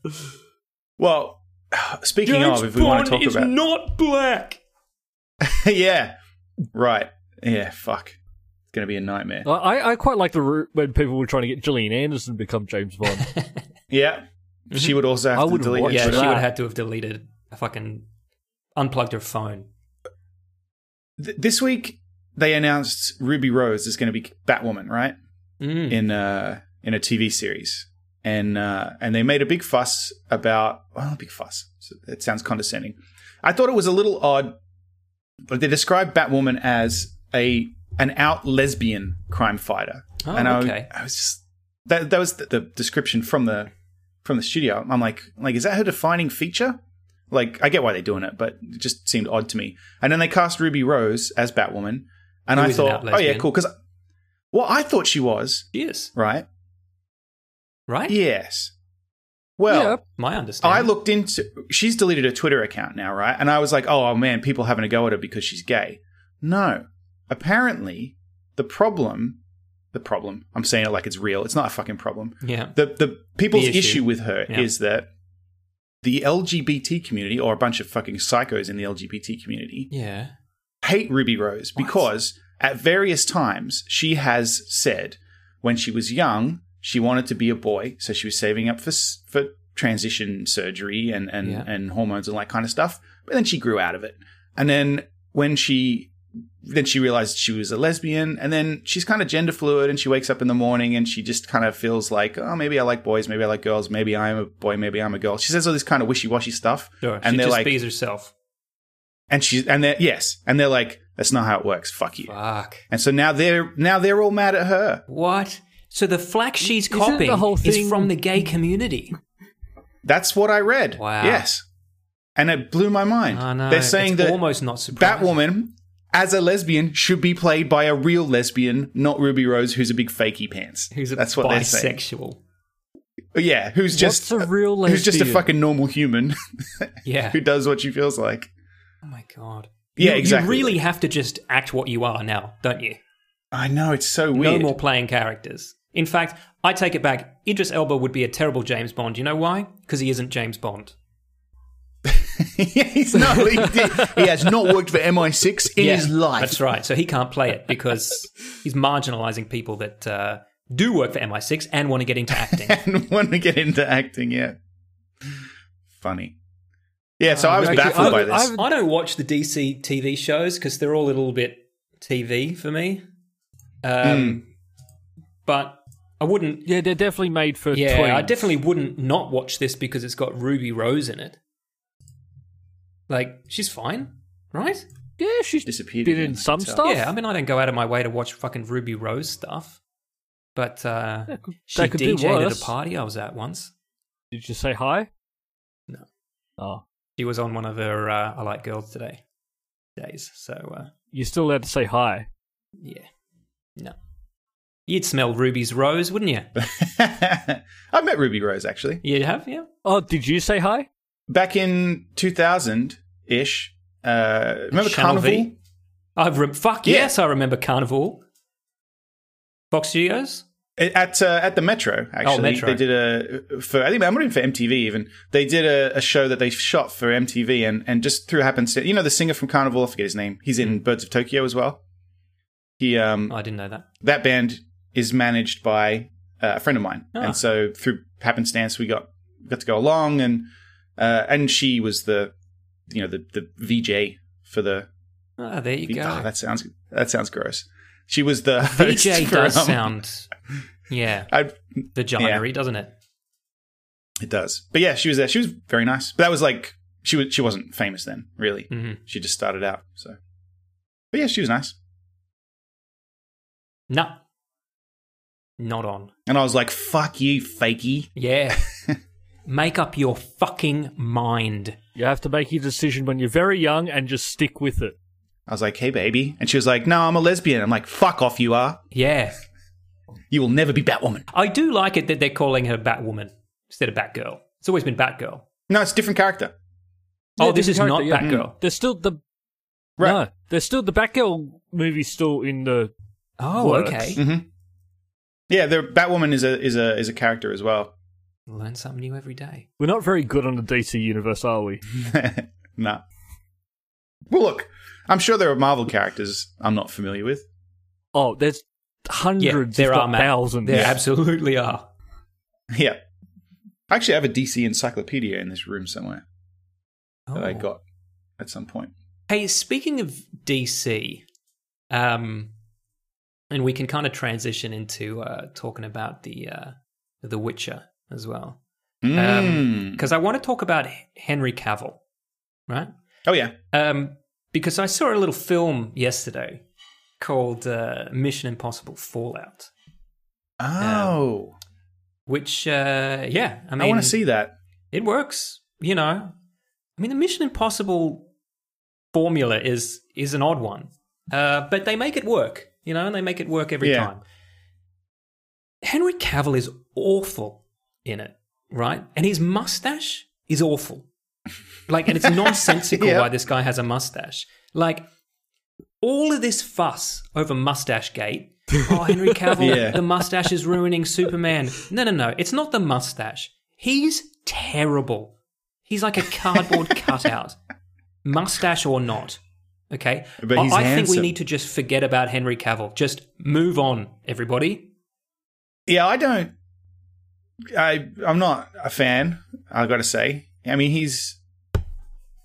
Speaker 2: Well, Speaking
Speaker 3: James
Speaker 2: of, if we want
Speaker 3: Bond
Speaker 2: to talk
Speaker 3: is
Speaker 2: about,
Speaker 3: not black.
Speaker 2: yeah, right, yeah, fuck, it's gonna be a nightmare.
Speaker 3: Oh.
Speaker 1: I- I, I quite like the route when people were trying to get Gillian Anderson to become James Bond.
Speaker 2: Yeah, she would also
Speaker 1: I
Speaker 2: have to
Speaker 1: would
Speaker 2: delete.
Speaker 1: watch
Speaker 2: it.
Speaker 3: Yeah,
Speaker 1: for
Speaker 3: she would
Speaker 1: that.
Speaker 3: have had to have deleted a fucking unplugged her phone.
Speaker 2: Th- this week they announced Ruby Rose is going to be Batwoman, right?
Speaker 3: Mm.
Speaker 2: In uh in a TV series, and uh, and they made a big fuss about well, a big fuss. So It sounds condescending. I thought it was a little odd, but they described Batwoman as a an out lesbian crime fighter,
Speaker 3: Oh,
Speaker 2: and I,
Speaker 3: okay.
Speaker 2: I was just that that was the, the description from the from the studio. I'm like, like is that her defining feature? Like, I get why they're doing it, but it just seemed odd to me. And then they cast Ruby Rose as Batwoman, and
Speaker 3: Who
Speaker 2: I
Speaker 3: is an
Speaker 2: thought,
Speaker 3: out
Speaker 2: oh yeah,
Speaker 3: lesbian.
Speaker 2: cool, because well, I thought she was
Speaker 3: She is,
Speaker 2: right.
Speaker 3: right?
Speaker 2: Yes. Well,
Speaker 1: Yeah.
Speaker 3: My
Speaker 2: I
Speaker 3: understanding.
Speaker 2: looked into. She's deleted her Twitter account now, right? And I was like, oh man, people having a go at her because she's gay. No, apparently the problem, the problem. I'm saying it like it's real. It's not a fucking problem.
Speaker 3: Yeah.
Speaker 2: The the people's
Speaker 3: The issue.
Speaker 2: issue. with her
Speaker 3: Yeah.
Speaker 2: is that the LGBT community, or a bunch of fucking psychos in the LGBT community,
Speaker 3: Yeah.
Speaker 2: hate Ruby Rose
Speaker 3: What?
Speaker 2: because at various times she has said when she was young she wanted to be a boy, so she was saving up for s- for transition surgery and and
Speaker 3: Yeah.
Speaker 2: and hormones and all that kind of stuff. But then she grew out of it, and then when she then she realized she was a lesbian, and then she's kind of gender fluid, and she wakes up in the morning and she just kind of feels like, oh, maybe I like boys, maybe I like girls, maybe I'm a boy, maybe I'm a girl. She says all this kind of wishy washy stuff,
Speaker 3: Sure.
Speaker 2: and
Speaker 3: she
Speaker 2: they're
Speaker 3: just
Speaker 2: like,
Speaker 3: bees herself.
Speaker 2: and she's and they're yes, and they're like, that's not how it works. Fuck you.
Speaker 3: Fuck.
Speaker 2: And so now they're now they're all mad at her.
Speaker 3: What? So the flack she's
Speaker 1: Isn't
Speaker 3: copying
Speaker 1: the whole
Speaker 3: is
Speaker 1: thing-
Speaker 3: from the gay community.
Speaker 2: That's what I read.
Speaker 3: Wow.
Speaker 2: Yes. And it blew my mind.
Speaker 3: Oh, no.
Speaker 2: They're saying
Speaker 3: it's
Speaker 2: that
Speaker 3: almost not surprising.
Speaker 2: Batwoman, as a lesbian, should be played by a real lesbian, not Ruby Rose, who's a big fakey pants.
Speaker 3: who's a
Speaker 2: That's what they're saying.
Speaker 3: bisexual.
Speaker 2: Yeah, who's just
Speaker 1: What's a real
Speaker 2: who's just a
Speaker 1: lesbian?
Speaker 2: fucking normal human
Speaker 3: Yeah.
Speaker 2: who does what she feels like.
Speaker 3: Oh my god.
Speaker 2: Yeah,
Speaker 3: You-
Speaker 2: exactly.
Speaker 3: You really have to just act what you are now, don't you?
Speaker 2: I know it's so weird.
Speaker 3: No more playing characters. In fact, I take it back. Idris Elba would be a terrible James Bond. You know why? Because he isn't James Bond.
Speaker 2: He's not. He, did- he has not worked for MI6 in his life.
Speaker 3: That's right. So he can't play it because he's marginalizing people that uh, do work for MI6 and want to get into acting.
Speaker 2: and want to get into acting yet. Funny. Yeah,
Speaker 3: Uh,
Speaker 2: so I was
Speaker 1: actually,
Speaker 2: baffled
Speaker 1: I-
Speaker 2: by this.
Speaker 1: I-
Speaker 3: I don't watch the DC TV shows because they're all a little bit TV for me. Um,
Speaker 2: Hmm.
Speaker 3: But I wouldn't
Speaker 1: Yeah, they're definitely made for
Speaker 3: Yeah, I
Speaker 1: tweens.
Speaker 3: definitely wouldn't not watch this because it's got Ruby Rose in it. Like, she's fine, right?
Speaker 1: Yeah, she's
Speaker 2: Disappeared
Speaker 1: been
Speaker 2: again,
Speaker 1: in some
Speaker 2: I can
Speaker 1: stuff.
Speaker 3: Yeah, I mean, I don't go out of my way to watch fucking Ruby Rose stuff, but uh,
Speaker 1: could-
Speaker 3: she
Speaker 1: they could do
Speaker 3: DJ'd at a
Speaker 1: worse.
Speaker 3: party I was at once.
Speaker 1: Did you say hi?
Speaker 3: No.
Speaker 1: Oh,
Speaker 3: She was on one of her uh, I Like Girls Today days, so uh,
Speaker 1: you're still allowed to say hi.
Speaker 3: yeah, no. You'd smell Ruby's Rose, wouldn't you?
Speaker 2: I met Ruby Rose actually
Speaker 3: You have, yeah?
Speaker 1: Oh, did you say hi?
Speaker 2: back in 2000 ish. Uh, remember
Speaker 3: Channel
Speaker 2: Carnival?
Speaker 3: V? I've rem fuck
Speaker 2: Yeah.
Speaker 3: yes, I remember Carnival. Fox Studios?
Speaker 2: At uh, at the Metro, actually,
Speaker 3: Oh, Metro.
Speaker 2: they did a for I think I'm not even for MTV even. They did a, a show that they shot for MTV, and and just through happenstance, you know, the singer from Carnival, I forget his name. He's
Speaker 3: Hmm.
Speaker 2: in Birds of Tokyo as well. He um,
Speaker 3: Oh, I didn't know that.
Speaker 2: that band is managed by uh, a friend of mine,
Speaker 3: Ah.
Speaker 2: and so through happenstance, we got got to go along, and uh, and she was the you know the the VJ for the.
Speaker 3: Oh, there you go.
Speaker 2: Oh, that sounds that sounds gross. She was the
Speaker 3: VJ
Speaker 2: host for,
Speaker 3: does
Speaker 2: um,
Speaker 3: sound, yeah,
Speaker 2: I,
Speaker 3: the genre, doesn't it?
Speaker 2: it does, but yeah, she was there. She was very nice. But that was like she was she wasn't famous then, really.
Speaker 3: Mhm.
Speaker 2: She just started out. So, but yeah, she was nice.
Speaker 3: No, not on.
Speaker 2: And I was like, "Fuck you, fakey."
Speaker 3: Yeah, make up your fucking mind.
Speaker 1: You have to make your decision when you're very young and just stick with it.
Speaker 2: I was like, "Hey, baby," and she was like, "No, I'm a lesbian." I'm like, "Fuck off, you are.
Speaker 3: Yeah,
Speaker 2: You will never be Batwoman."
Speaker 3: I do like it that they're calling her Batwoman instead of Batgirl. It's always been Batgirl.
Speaker 2: No, it's a different character.
Speaker 3: Oh,
Speaker 1: Yeah, Mm.
Speaker 3: this is
Speaker 1: different
Speaker 3: not
Speaker 1: character,
Speaker 3: Batgirl.
Speaker 1: There's still the
Speaker 2: Right.
Speaker 1: no, there's still the Batgirl movie still in the
Speaker 3: Oh,
Speaker 1: Works.
Speaker 3: okay.
Speaker 2: Yeah, the Batwoman is a is a is a character as well.
Speaker 3: Learn something new every day.
Speaker 1: We're not very good on the DC universe, are we?
Speaker 2: nah. Well, look, I'm sure there are Marvel characters I'm not familiar with.
Speaker 1: Oh, there's hundreds,
Speaker 3: there
Speaker 1: if
Speaker 3: are
Speaker 1: not
Speaker 3: Matt.
Speaker 1: thousands.
Speaker 3: There absolutely are.
Speaker 2: Yeah. I actually have a DC encyclopedia in this room somewhere that I
Speaker 3: Oh.
Speaker 2: got at some point.
Speaker 3: Hey, speaking of DC, um, and we can kind of transition into uh, talking about the uh, the Witcher as well, because
Speaker 2: Mm.
Speaker 3: I want to talk about H- Henry Cavill, right?
Speaker 2: oh, yeah.
Speaker 3: Um, because I saw a little film yesterday called uh, Mission Impossible Fallout,
Speaker 2: Oh.
Speaker 3: which uh, yeah, I
Speaker 2: I,
Speaker 3: mean,
Speaker 2: want to see that.
Speaker 3: it works. You know, I mean, the Mission Impossible formula is is an odd one, uh, but they make it work. You know, and they make it work every
Speaker 2: Yeah.
Speaker 3: time. Henry Cavill is awful in it, right? And his mustache is awful. Like, and it's nonsensical
Speaker 2: Yeah.
Speaker 3: why this guy has a mustache. Like, all of this fuss over mustache gate. Oh, Henry Cavill,
Speaker 2: Yeah.
Speaker 3: the mustache is ruining Superman. No, no, no. It's not the mustache. He's terrible. He's like a cardboard cutout, mustache or not. Okay.
Speaker 2: But
Speaker 3: I-
Speaker 2: he's
Speaker 3: I, think we
Speaker 2: handsome.
Speaker 3: need to just forget about Henry Cavill. Just move on, everybody.
Speaker 2: Yeah, I don't. I I'm not a fan. I got to say. I mean, he's.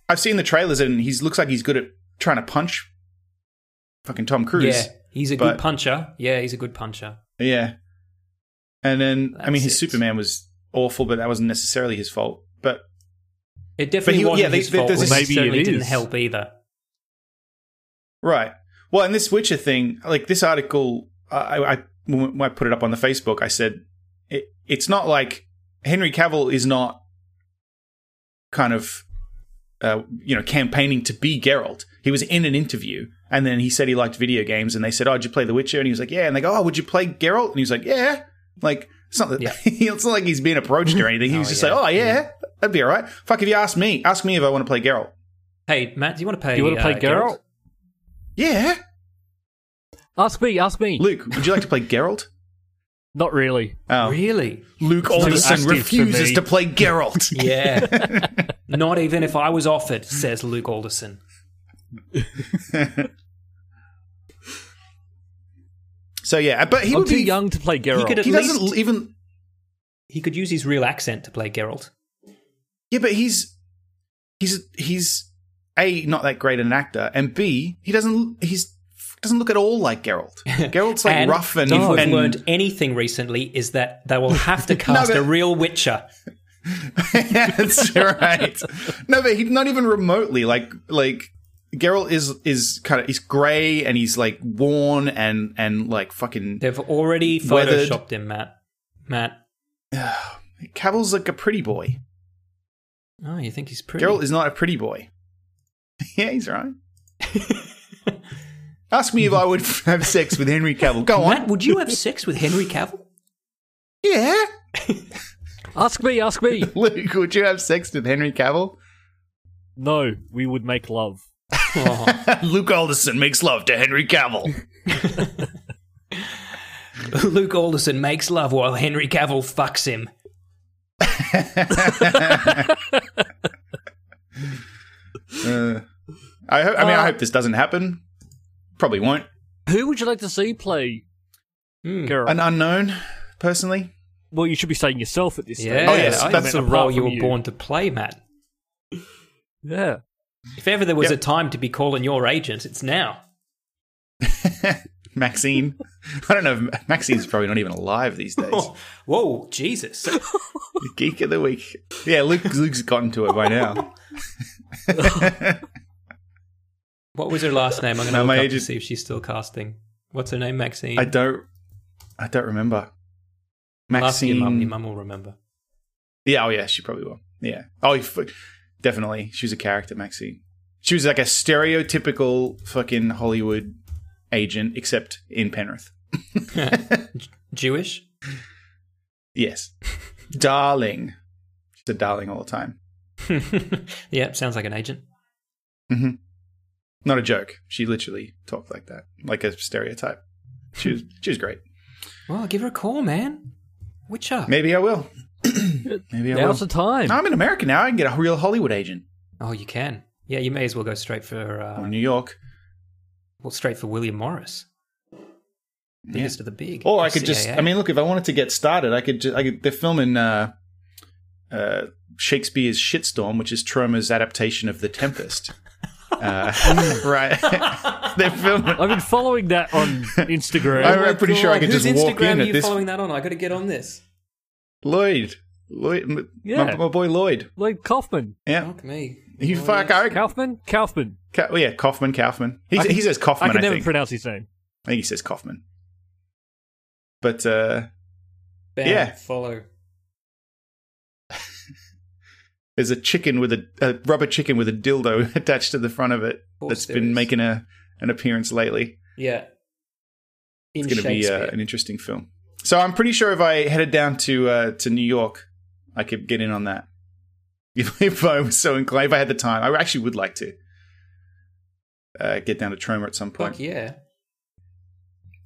Speaker 2: I've seen the trailers and he looks like he's good at trying to punch. Fucking Tom Cruise.
Speaker 3: yeah, he's a
Speaker 2: but-
Speaker 3: good puncher. Yeah, he's a good puncher.
Speaker 2: Yeah. And then I mean,
Speaker 3: That's
Speaker 2: his
Speaker 3: it.
Speaker 2: Superman was awful, but that wasn't necessarily his fault. But
Speaker 3: It definitely
Speaker 2: he-
Speaker 3: wasn't
Speaker 2: yeah, they-
Speaker 3: his
Speaker 2: they-
Speaker 3: fault.
Speaker 2: there's
Speaker 3: which
Speaker 1: this- Maybe it
Speaker 3: certainly didn't
Speaker 1: is.
Speaker 3: help either.
Speaker 2: right. Well, and this Witcher thing, like this article, I, I when I put it up on the Facebook, I said it, it's not like Henry Cavill is not kind of uh, you know campaigning to be Geralt. He was in an interview, and then he said he liked video games, and they said, "Oh, did you play The Witcher?" And he was like, "Yeah." And they go, "Oh, would you play Geralt?" And he was like, "Yeah." Like it's not that
Speaker 3: Yeah.
Speaker 2: it's not like he's being approached or anything. He was
Speaker 3: Oh,
Speaker 2: just
Speaker 3: yeah.
Speaker 2: like, "Oh, yeah, that'd be all right." Fuck if you ask me. Ask me if I want to play Geralt.
Speaker 3: Hey, Matt, do you want to play?
Speaker 1: You want to play
Speaker 3: uh,
Speaker 1: Geralt?
Speaker 2: Yeah.
Speaker 1: Ask me, ask me.
Speaker 2: Luke, would you like to play Geralt?
Speaker 1: Not really.
Speaker 2: Oh.
Speaker 3: Really?
Speaker 2: Luke all of a
Speaker 1: too
Speaker 2: sudden
Speaker 1: active for
Speaker 2: refuses
Speaker 1: me.
Speaker 2: to play Geralt.
Speaker 3: Yeah. Not even if I was offered, says Luke Alderson.
Speaker 2: so yeah, but he
Speaker 1: I'm
Speaker 2: would
Speaker 1: too
Speaker 2: be
Speaker 1: young to play Geralt.
Speaker 3: could have-
Speaker 2: He
Speaker 3: At
Speaker 2: doesn't
Speaker 3: least-
Speaker 2: even.
Speaker 3: He could use his real accent to play Geralt.
Speaker 2: Yeah, but he's he's he's a not that great an actor, and b he doesn't he's doesn't look at all like Geralt. Geralt's like rough and,
Speaker 3: if we've
Speaker 2: and
Speaker 3: learned anything recently is that they will have to cast
Speaker 2: but-
Speaker 3: a real Witcher.
Speaker 2: That's right. No, but he not even remotely like like Geralt is is kind of he's grey and he's like worn and and like fucking
Speaker 3: They've already
Speaker 2: Weathered.
Speaker 3: photoshopped him, Matt. Matt.
Speaker 2: Cavill's like a pretty boy.
Speaker 3: Oh, you think he's pretty?
Speaker 2: Geralt is not a pretty boy. yeah, he's right. Ask me if I would have sex with Henry Cavill. Go on.
Speaker 3: Matt, would you have sex with Henry Cavill?
Speaker 2: Yeah.
Speaker 1: ask me, ask me.
Speaker 2: Luke, would you have sex with Henry Cavill?
Speaker 1: no, we would make love.
Speaker 3: Oh,
Speaker 2: Luke Alderson makes love to Henry Cavill.
Speaker 3: Luke Alderson makes love while Henry Cavill fucks him.
Speaker 2: Uh, I, ho- I mean, I hope this doesn't happen. Probably won't.
Speaker 1: Who would you like to see play
Speaker 3: Hmm.
Speaker 1: Geralt?
Speaker 2: An unknown, personally.
Speaker 1: well, you should be saying yourself at this
Speaker 3: Yeah,
Speaker 1: stage.
Speaker 2: Oh, yes,
Speaker 3: I-
Speaker 2: that's
Speaker 3: that's
Speaker 1: the
Speaker 3: the role
Speaker 1: apart
Speaker 3: you
Speaker 1: from
Speaker 3: were
Speaker 1: you.
Speaker 3: born to play, Matt.
Speaker 1: Yeah.
Speaker 3: If ever there was
Speaker 2: Yep.
Speaker 3: a time to be calling your agent, it's now.
Speaker 2: Maxine. I don't know. If, Maxine's probably not even alive these days.
Speaker 3: Oh, whoa, Jesus.
Speaker 2: Geek of the week. Yeah, Luke, Luke's gotten to it by now.
Speaker 3: What was her last name? I'm going
Speaker 2: No,
Speaker 3: to
Speaker 2: my
Speaker 3: look up
Speaker 2: agent-
Speaker 3: to see if she's still casting. What's her name, Maxine?
Speaker 2: I don't. I don't remember.
Speaker 3: Ask your
Speaker 2: Maxine.
Speaker 3: mum. Your mum will remember.
Speaker 2: Yeah. Oh, yeah. She probably will. Yeah. Oh, you fu- definitely. She was a character, Maxine. She was like a stereotypical fucking Hollywood agent, except in Penrith.
Speaker 3: Jewish?
Speaker 2: Yes. darling. She's a darling all the time.
Speaker 3: yeah, sounds like an agent.
Speaker 2: Not a joke. She literally talked like that, like a stereotype. She was. She was great.
Speaker 3: Well, give her a call, man. Witcher.
Speaker 2: Maybe I will. Maybe I will.
Speaker 1: Now's the time.
Speaker 2: I'm in America now. I can get a real Hollywood agent
Speaker 3: Oh, you can. Yeah, you may as well go straight for
Speaker 2: or
Speaker 3: uh,
Speaker 2: New York.
Speaker 3: well, straight for William Morris,
Speaker 2: Yeah.
Speaker 3: biggest of the big.
Speaker 2: Or I could just,
Speaker 3: CIA.
Speaker 2: I mean, look, if I wanted to get started, I could just, I could, they're filming uh, uh, Shakespeare's Shitstorm, which is Troma's adaptation of The Tempest. uh, right. they're filming.
Speaker 1: I've been following that on Instagram.
Speaker 2: I'm pretty sure I could
Speaker 3: Oh Whose
Speaker 2: just walk
Speaker 3: Instagram
Speaker 2: in
Speaker 3: are
Speaker 2: at
Speaker 3: you
Speaker 2: this-
Speaker 3: following that on? I got to get on this.
Speaker 2: Lloyd. Lloyd. m-
Speaker 1: Yeah. Oh,
Speaker 2: My, my boy Lloyd.
Speaker 1: like Kaufman.
Speaker 2: Yeah.
Speaker 3: Fuck me.
Speaker 2: You fuck, I reckon.
Speaker 1: Kaufman? Kaufman.
Speaker 2: Ka- well, yeah, Kaufman, Kaufman. He,
Speaker 1: I can-
Speaker 2: he says Kaufman,
Speaker 1: I can
Speaker 2: I,
Speaker 1: never
Speaker 2: think.
Speaker 1: pronounce his name.
Speaker 2: I think he says Kaufman. But, uh,
Speaker 3: Bam,
Speaker 2: Yeah.
Speaker 3: Follow.
Speaker 2: there's a chicken with a, a rubber chicken with a dildo attached to the front of it
Speaker 3: course
Speaker 2: that's
Speaker 3: there
Speaker 2: been
Speaker 3: is.
Speaker 2: making a an appearance lately.
Speaker 3: Yeah. In
Speaker 2: It's going to be uh,
Speaker 3: Shakespeare.
Speaker 2: an interesting film. So I'm pretty sure if I headed down to uh, to New York, I could get in on that. If, if I was so inclined, if I had the time, I actually would like to uh, get down to Troma at some
Speaker 3: Fuck
Speaker 2: point
Speaker 3: yeah.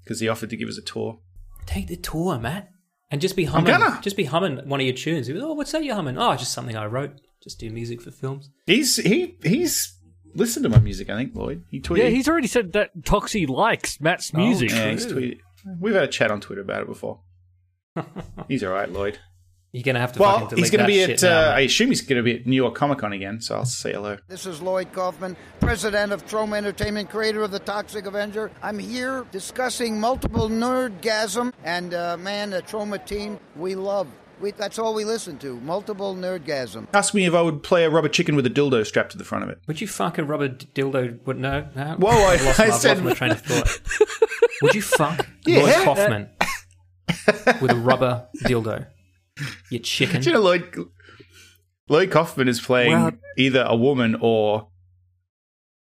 Speaker 2: because he offered to give us a tour.
Speaker 3: Take the tour, Matt. And just be humming.
Speaker 2: gonna.
Speaker 3: Just be humming one of your tunes. Oh, what's that you're humming? Oh, just something I wrote. Just do music for films.
Speaker 2: He's he he's listened to my music. I think Lloyd. He tweeted.
Speaker 1: Yeah, he's already said that Toxie likes Matt's
Speaker 3: Oh,
Speaker 1: music.
Speaker 2: yeah, he's tweeted. We've had a chat on Twitter about it before. he's all right, Lloyd.
Speaker 3: You're gonna have to.
Speaker 2: Well,
Speaker 3: fucking delete
Speaker 2: he's going to
Speaker 3: that
Speaker 2: be
Speaker 3: shit
Speaker 2: at.
Speaker 3: now,
Speaker 2: Uh,
Speaker 3: Matt.
Speaker 2: I assume he's going to be at New York Comic Con again. So I'll say hello.
Speaker 6: This is Lloyd Kaufman, president of Troma Entertainment, creator of The Toxic Avenger. I'm here discussing multiple nerdgasm, and uh, man, the Troma team we love. We, that's all we listen to, multiple nerdgasm.
Speaker 2: Asked me if I would play a rubber chicken with a dildo strapped to the front of it.
Speaker 3: Would you fuck a rubber d- dildo? What, no, no.
Speaker 2: Whoa, I-
Speaker 3: I've lost,
Speaker 2: I
Speaker 3: my- I've
Speaker 2: said-
Speaker 3: lost my train of thought. Would you fuck
Speaker 2: Yeah.
Speaker 3: Lloyd Kaufman with a rubber dildo? You chicken.
Speaker 2: Do you know Lloyd? Lloyd Kaufman is playing
Speaker 1: Wow.
Speaker 2: either a woman or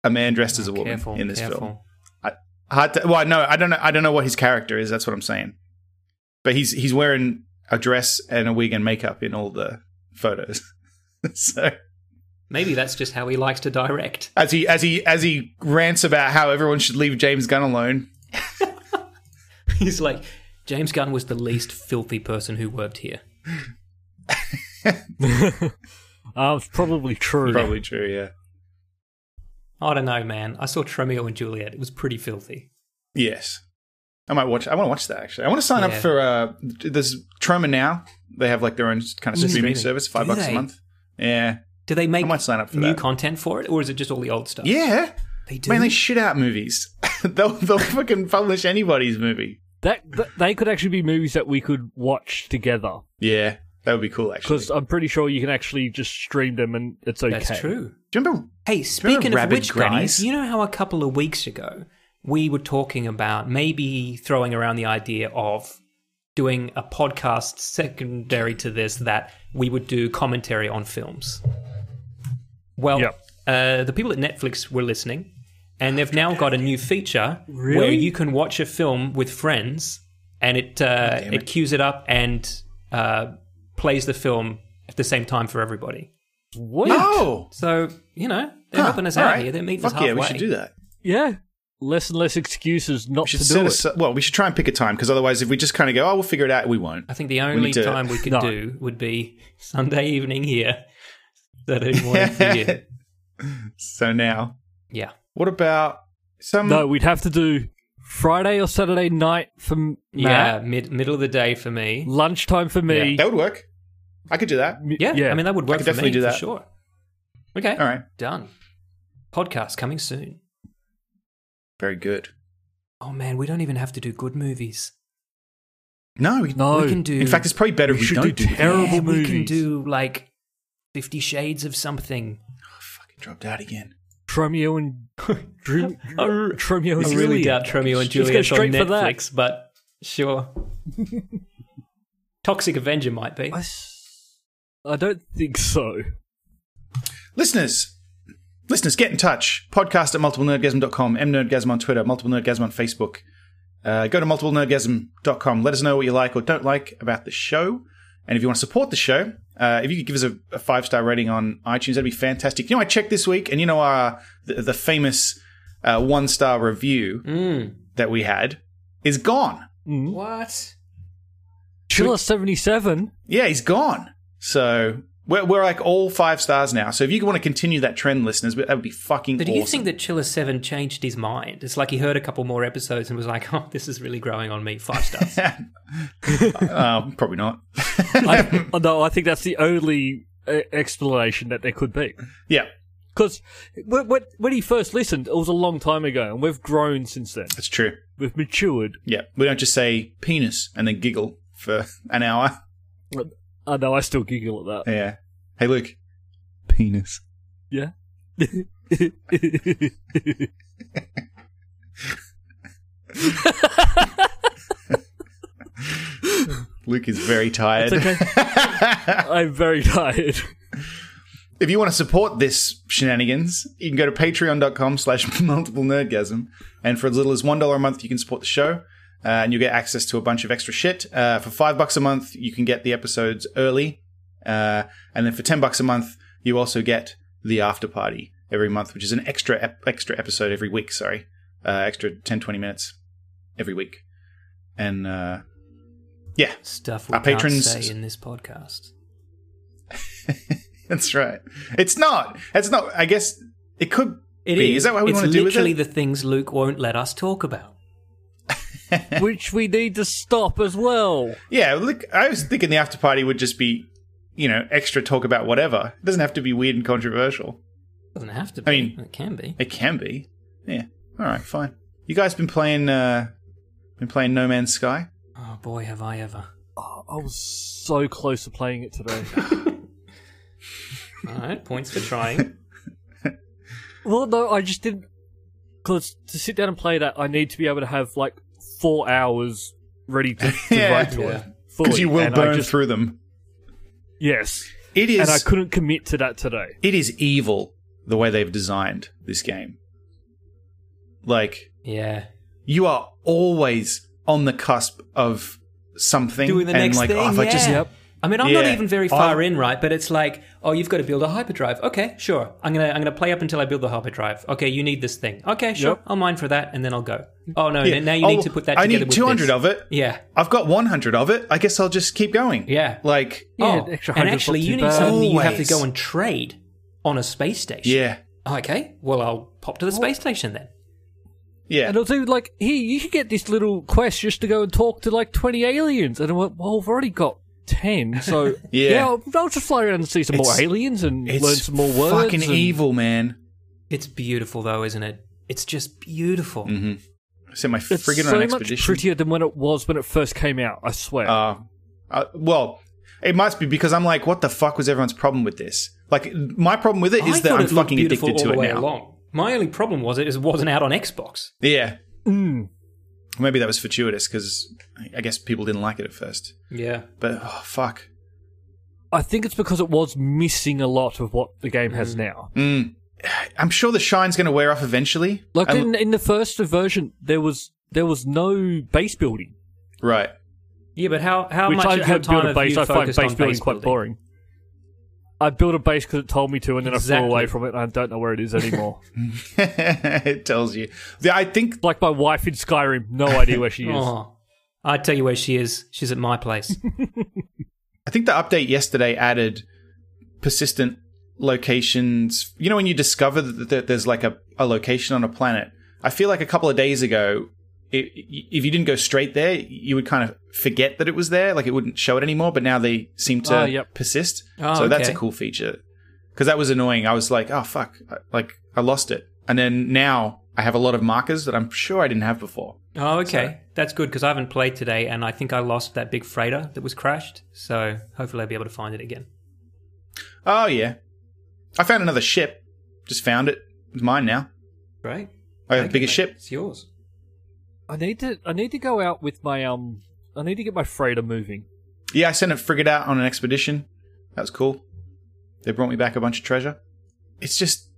Speaker 2: a man dressed as a woman
Speaker 3: Oh, careful
Speaker 2: in this
Speaker 3: careful.
Speaker 2: film. Hard to, well, no, I don't know. I don't know what his character is. That's what I'm saying. But he's he's wearing a dress and a wig and makeup in all the photos. so
Speaker 3: Maybe that's just how he likes to direct.
Speaker 2: as he as he as he rants about how everyone should leave James Gunn alone.
Speaker 3: He's like, James Gunn was the least filthy person who worked here.
Speaker 1: Uh, it's probably true.
Speaker 2: Probably true. Yeah.
Speaker 3: I don't know, man. I saw Tromeo and Juliet. It was pretty filthy.
Speaker 2: Yes, I might watch. I want to watch that actually. I want to sign up
Speaker 3: Yeah.
Speaker 2: for uh, this Troma now. They have like their own kind of streaming
Speaker 3: Mm. Streaming.
Speaker 2: service, five
Speaker 3: Do
Speaker 2: bucks a
Speaker 3: they?
Speaker 2: month. Yeah,
Speaker 3: Do they make
Speaker 2: I might sign up for
Speaker 3: new
Speaker 2: that.
Speaker 3: content for it, or is it just all the old stuff?
Speaker 2: yeah.
Speaker 3: they do.
Speaker 2: Man, they shit out movies. they'll they'll fucking publish anybody's movie.
Speaker 1: That, that they could actually be movies that we could watch together
Speaker 2: Yeah, that would be cool actually.
Speaker 1: because I'm pretty sure you can actually just stream them and it's okay.
Speaker 3: That's true.
Speaker 2: Do you remember?
Speaker 3: Hey,
Speaker 2: remember
Speaker 3: speaking of
Speaker 2: Rabid
Speaker 3: which,
Speaker 2: Grannies?
Speaker 3: guys, you know how a couple of weeks ago we were talking about maybe throwing around the idea of doing a podcast secondary to this that we would do commentary on films. Well,
Speaker 1: Yep.
Speaker 3: uh, the people at Netflix were listening, and they've now got a new feature where
Speaker 1: Really?
Speaker 3: you can watch a film with friends, and it uh,
Speaker 2: damn
Speaker 3: it
Speaker 2: it.
Speaker 3: queues it up and uh, plays the film at the same time for everybody.
Speaker 1: What?
Speaker 2: Oh,
Speaker 3: So you know they're
Speaker 2: Huh,
Speaker 3: helping us
Speaker 2: all
Speaker 3: out
Speaker 2: right.
Speaker 3: here. They're meeting
Speaker 2: Fuck
Speaker 3: us halfway.
Speaker 2: yeah, we should do that.
Speaker 1: Yeah. Less and less excuses not
Speaker 2: We
Speaker 1: to
Speaker 2: should
Speaker 1: do it.
Speaker 2: set us. Well, we should try and pick a time because otherwise, if we just kind of go, oh, we'll figure it out, we won't.
Speaker 3: I think the only
Speaker 2: need to-
Speaker 3: time we could
Speaker 1: No.
Speaker 3: do would be Sunday evening here, Saturday morning for you.
Speaker 2: So now,
Speaker 3: Yeah,
Speaker 2: what about some?
Speaker 1: No, we'd have to do Friday or Saturday night for M- Matt,
Speaker 3: yeah, mid middle of the day for me.
Speaker 1: lunchtime for me.
Speaker 2: that would work. I could do that.
Speaker 1: M-
Speaker 3: Yeah, I mean that would work
Speaker 2: could
Speaker 3: for
Speaker 2: definitely
Speaker 3: me
Speaker 2: do that.
Speaker 3: for sure. Okay,
Speaker 2: All right,
Speaker 3: done. Podcast coming soon.
Speaker 2: very good.
Speaker 3: Oh man, we don't even have to do good movies.
Speaker 2: No, we,
Speaker 1: no.
Speaker 3: we can do.
Speaker 2: In fact, it's probably better
Speaker 1: We
Speaker 2: if we
Speaker 1: should
Speaker 2: don't
Speaker 1: do
Speaker 2: do that.
Speaker 1: terrible
Speaker 3: yeah, We can
Speaker 1: movies.
Speaker 3: do like Fifty Shades of something.
Speaker 2: Fucking dropped out again.
Speaker 1: Romeo and Drew,
Speaker 3: I r-
Speaker 1: Romeo and
Speaker 3: I really
Speaker 1: Juliet.
Speaker 3: doubt Romeo and
Speaker 1: Let's go
Speaker 3: Juliet on
Speaker 1: straight for that.
Speaker 3: Netflix, but sure. Toxic Avenger might be.
Speaker 1: I, s- I don't think so.
Speaker 2: Listeners, listeners, get in touch. Podcast at multiplenerdgasm.com, mnerdgasm on Twitter, multiple nerdgasm on Facebook. Uh, go to multiplenerdgasm.com. Let us know what you like or don't like about the show. And if you want to support the show, uh, if you could give us a, a five star rating on iTunes, that'd be fantastic. You know, I checked this week, and you know, our the, the famous uh, one star
Speaker 3: Hmm?
Speaker 2: review that we had is gone.
Speaker 3: What?
Speaker 1: Chiller 77.
Speaker 2: Yeah, he's gone. So we're, we're like all five stars now. So if you want to continue that trend, listeners, that would be fucking
Speaker 3: But do
Speaker 2: awesome.
Speaker 3: you think that Chiller 7 changed his mind? It's like he heard a couple more episodes and was like, oh, this is really growing on me. Five stars.
Speaker 2: Uh, probably not.
Speaker 1: I, Oh, no, I think that's the only uh, explanation that there could be.
Speaker 2: Yeah,
Speaker 1: Because when, when- when he first listened, it was a long time ago, and we've grown since then.
Speaker 2: that's true.
Speaker 1: We've matured.
Speaker 2: Yeah, we don't just say penis and then giggle for an hour.
Speaker 1: I know Oh, I still giggle at that.
Speaker 2: Yeah. Hey, Luke. Penis.
Speaker 1: Yeah.
Speaker 2: Luke is very tired.
Speaker 1: it's okay. I'm very tired.
Speaker 2: If you want to support this shenanigans, you can go to patreon.com slash multiple nerdgasm. And for as little as $1 a month, you can support the show. Uh, and you'll get access to a bunch of extra shit. Uh, for five bucks a month, you can get the episodes early. Uh, and then for ten bucks a month, you also get the after party every month, which is an extra ep- extra episode every week. Sorry, uh, extra 10, 20 minutes every week. And uh, yeah,
Speaker 3: Stuff we
Speaker 2: Our
Speaker 3: can't
Speaker 2: patrons-
Speaker 3: say in this podcast.
Speaker 2: that's right. It's not. It's not. I guess it could
Speaker 3: It
Speaker 2: be. Is, that what we
Speaker 3: it's
Speaker 2: want to do with
Speaker 3: literally
Speaker 2: it?
Speaker 3: the things Luke won't let us talk about.
Speaker 1: Which we need to stop as well.
Speaker 2: Yeah, look, I was thinking the after party would just be, you know, extra talk about whatever. It doesn't have to be weird and controversial.
Speaker 3: doesn't have to be.
Speaker 2: I mean-
Speaker 3: it can be.
Speaker 2: It can be. Yeah. All right, fine. You guys been playing uh been playing No Man's Sky?
Speaker 3: Oh, boy, have I ever.
Speaker 1: Oh, I was so close to playing it today.
Speaker 3: All right, points for trying.
Speaker 1: well, no, I just didn't. Because to sit down and play that, I need to be able to have like four hours ready to, to
Speaker 2: Yeah.
Speaker 1: write to
Speaker 3: Yeah.
Speaker 1: it.
Speaker 2: Cuz
Speaker 1: fully,
Speaker 2: you will
Speaker 1: and I
Speaker 2: burn
Speaker 1: just-
Speaker 2: through them.
Speaker 1: Yes.
Speaker 2: It is
Speaker 1: And I couldn't commit to that today.
Speaker 2: it is evil the way they've designed this game. Like
Speaker 3: yeah.
Speaker 2: you are always on the cusp of something
Speaker 3: Doing the
Speaker 2: and
Speaker 3: next
Speaker 2: like
Speaker 3: thing.
Speaker 2: oh, if
Speaker 3: yeah.
Speaker 2: I just
Speaker 1: Yep.
Speaker 3: I mean, I'm not
Speaker 2: Yeah.
Speaker 3: even very far
Speaker 2: I-
Speaker 3: in, right? But it's like, oh, you've got to build a hyperdrive. Okay, sure. I'm gonna I'm gonna play up until I build the hyperdrive. Okay, you need this thing. Okay, sure.
Speaker 1: Yep.
Speaker 3: I'll mine for that, and then I'll go. Oh no,
Speaker 2: Yeah.
Speaker 3: now you
Speaker 2: Oh,
Speaker 3: need to put that
Speaker 2: I
Speaker 3: together.
Speaker 2: need
Speaker 3: with
Speaker 2: 200
Speaker 3: this.
Speaker 2: of it.
Speaker 3: Yeah,
Speaker 2: I've got 100 of it. I guess I'll just keep going.
Speaker 3: Yeah.
Speaker 2: Like,
Speaker 1: Yeah,
Speaker 3: oh,
Speaker 1: an extra
Speaker 3: and
Speaker 1: 100 's
Speaker 3: actually,
Speaker 1: not
Speaker 3: you
Speaker 1: too
Speaker 3: need
Speaker 1: bad.
Speaker 3: something that you have to
Speaker 2: Always.
Speaker 3: go and trade on a space station.
Speaker 2: yeah.
Speaker 3: Okay, well, I'll pop to the space station then.
Speaker 2: Yeah.
Speaker 1: And I was even like, here, you can get this little quest just to go and talk to like 20 aliens. And I went, well, I've already got 10. So,
Speaker 2: Yeah.
Speaker 1: I'll, I'll just fly around and see some
Speaker 2: It's-
Speaker 1: more aliens and
Speaker 2: It's
Speaker 1: learn some more words.
Speaker 2: fucking
Speaker 1: and-
Speaker 2: evil, man.
Speaker 3: It's beautiful, though, isn't it? It's just beautiful.
Speaker 2: Mm-hmm. I sent my
Speaker 1: It's
Speaker 2: friggin'
Speaker 1: so
Speaker 2: on an
Speaker 1: much
Speaker 2: expedition.
Speaker 1: prettier than when it was when it first came out, I swear.
Speaker 2: Uh, uh, well, it must be because I'm like, what the fuck was everyone's problem with this? Like, my problem with it
Speaker 3: I
Speaker 2: is that
Speaker 3: thought
Speaker 2: I'm
Speaker 3: it looked
Speaker 2: fucking
Speaker 3: beautiful
Speaker 2: addicted
Speaker 3: all
Speaker 2: to
Speaker 3: the
Speaker 2: it
Speaker 3: way
Speaker 2: now.
Speaker 3: Along. My only problem was it is- wasn't out on Xbox.
Speaker 2: Yeah.
Speaker 1: Mm.
Speaker 2: Maybe that was fortuitous because I guess people didn't like it at first.
Speaker 3: Yeah.
Speaker 2: But, oh, fuck.
Speaker 1: I think it's because it was missing a lot of what the game has now.
Speaker 2: Mm. I'm sure the shine's going to wear off eventually.
Speaker 1: Like
Speaker 2: I'm-
Speaker 1: in, in the first version, there was there was no base building,
Speaker 2: right.
Speaker 3: Yeah, but how how
Speaker 1: which
Speaker 3: much
Speaker 1: I
Speaker 3: of your
Speaker 1: have built
Speaker 3: time
Speaker 1: a base. I
Speaker 3: have you
Speaker 1: find
Speaker 3: focused
Speaker 1: base
Speaker 3: on
Speaker 1: building
Speaker 3: base
Speaker 1: quite
Speaker 3: building?
Speaker 1: boring. I built a base because it told me to, and then I
Speaker 3: Exactly.
Speaker 1: flew away from it, and I don't know where it is anymore.
Speaker 2: it tells you. Yeah, I think
Speaker 1: like my wife in Skyrim, no idea where she is.
Speaker 3: Oh, I tell you where she is. She's at my place.
Speaker 2: I think the update yesterday added persistent locations. You know, when you discover that that there's like a, a location on a planet, I feel like a couple of days ago, i if you didn't go straight there, you would kind of forget that it was there. Like it wouldn't show it anymore, but now they seem to
Speaker 1: Ah, yep. Ah,
Speaker 2: persist.
Speaker 3: Oh,
Speaker 2: so that's a
Speaker 3: okay.
Speaker 2: cool feature. Because that was annoying. I was like, oh, fuck. I- Like I lost it. And then now I have a lot of markers that I'm sure I didn't have before.
Speaker 3: oh, okay, that's good because I haven't played today, and I think I lost that big freighter that was crashed. So hopefully I'll be able to find it again.
Speaker 2: Oh, yeah. I found another ship. Just found it. It's mine now.
Speaker 3: Right?
Speaker 2: I have a bigger ship.
Speaker 3: It's yours.
Speaker 1: I need to I need to go out with my um. I need to get my freighter moving.
Speaker 2: Yeah, I sent a frigate out on an expedition. That was cool. They brought me back a bunch of treasure. It's just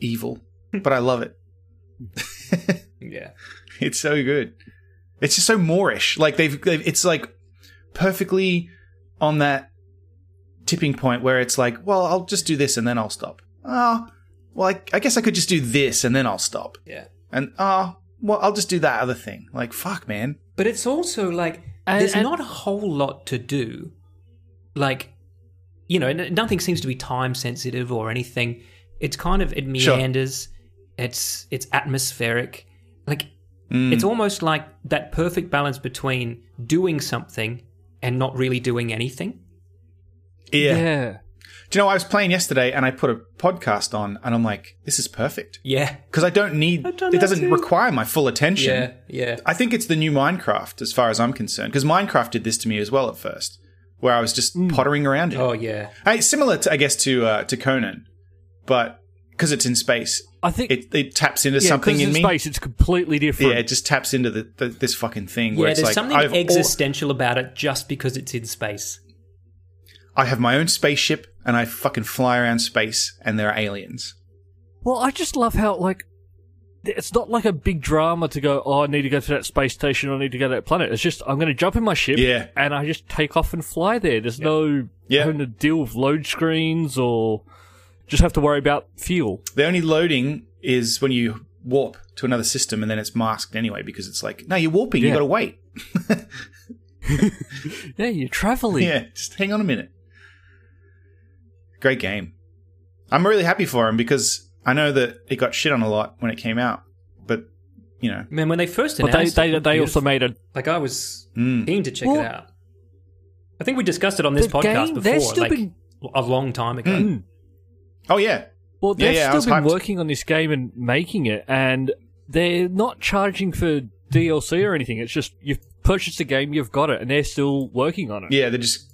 Speaker 2: evil, but I love it.
Speaker 3: Yeah.
Speaker 2: It's so good. It's just so Moorish. Like they've, they've it's like perfectly on that tipping point where it's like, well, I'll just do this and then I'll stop. Oh, well, I, I guess I could just do this and then I'll stop. ah,
Speaker 3: Yeah.
Speaker 2: And oh, well, I'll just do that other thing. Like fuck, man.
Speaker 3: But it's also like
Speaker 1: And-
Speaker 3: There's
Speaker 1: and-
Speaker 3: not a whole lot to do. Like, you know, n- nothing seems to be time sensitive or anything. It's kind of it
Speaker 2: Sure.
Speaker 3: meanders. It's it's atmospheric. Like
Speaker 1: Mm.
Speaker 3: it's almost like that perfect balance between doing something and not really doing anything.
Speaker 1: Yeah.
Speaker 2: Do you know, I was playing yesterday and I put a podcast on and I'm like, this is perfect.
Speaker 3: Yeah.
Speaker 2: Because I don't need,
Speaker 3: I've done
Speaker 2: it
Speaker 3: that
Speaker 2: doesn't
Speaker 3: too.
Speaker 2: require my full attention.
Speaker 3: Yeah. Yeah.
Speaker 2: I think it's the new Minecraft as far as I'm concerned. Because Minecraft did this to me as well at first, where I was just pottering around it.
Speaker 3: Oh yeah.
Speaker 2: Hey, similar, to, I guess, to uh, to Conan, but because it's in space,
Speaker 1: I think
Speaker 2: it, it taps into
Speaker 1: yeah,
Speaker 2: something
Speaker 1: 'cause
Speaker 2: in
Speaker 1: in
Speaker 2: me.
Speaker 1: space it's completely different.
Speaker 2: Yeah, it just taps into the, the, this fucking thing
Speaker 3: Yeah,
Speaker 2: where it's
Speaker 3: there's
Speaker 2: like
Speaker 3: something
Speaker 2: I've al-
Speaker 3: existential about it just because it's in space.
Speaker 2: I have my own spaceship and I fucking fly around space and there are aliens.
Speaker 1: Well, I just love how like th- it's not like a big drama to go. Oh, I need to go to that space station. I need to go to that planet. It's just I'm going to jump in my ship,
Speaker 2: Yeah.
Speaker 1: and I just take off and fly there. There's no
Speaker 2: Yeah.
Speaker 1: having to deal with load screens or just have to worry about fuel.
Speaker 2: The only loading is when you warp to another system and then it's masked anyway because it's like no, you're warping. You
Speaker 1: Yeah.
Speaker 2: got to wait.
Speaker 1: Yeah, you're traveling.
Speaker 2: Yeah, just hang on a minute. Great game. I'm really happy for him because I know that it got shit on a lot when it came out, but you know,
Speaker 3: Man, when they first
Speaker 1: But they
Speaker 3: announced it, it
Speaker 1: they,
Speaker 3: looked
Speaker 1: they also
Speaker 3: beautiful.
Speaker 1: made a
Speaker 3: like I was
Speaker 2: Mm.
Speaker 3: keen to check
Speaker 1: Well,
Speaker 3: it out. I think we discussed it on this
Speaker 1: the
Speaker 3: podcast
Speaker 1: game- they're
Speaker 3: before,
Speaker 1: still
Speaker 3: like
Speaker 1: been-
Speaker 3: a long time ago.
Speaker 1: Mm.
Speaker 2: oh yeah,
Speaker 1: Well,
Speaker 2: Yeah,
Speaker 1: they've
Speaker 2: yeah, I was
Speaker 1: still been
Speaker 2: hyped.
Speaker 1: working on this game and making it, and they're not charging for DLC or anything. It's just you've purchased the game, you've got it, and they're still working on it
Speaker 2: yeah, they're just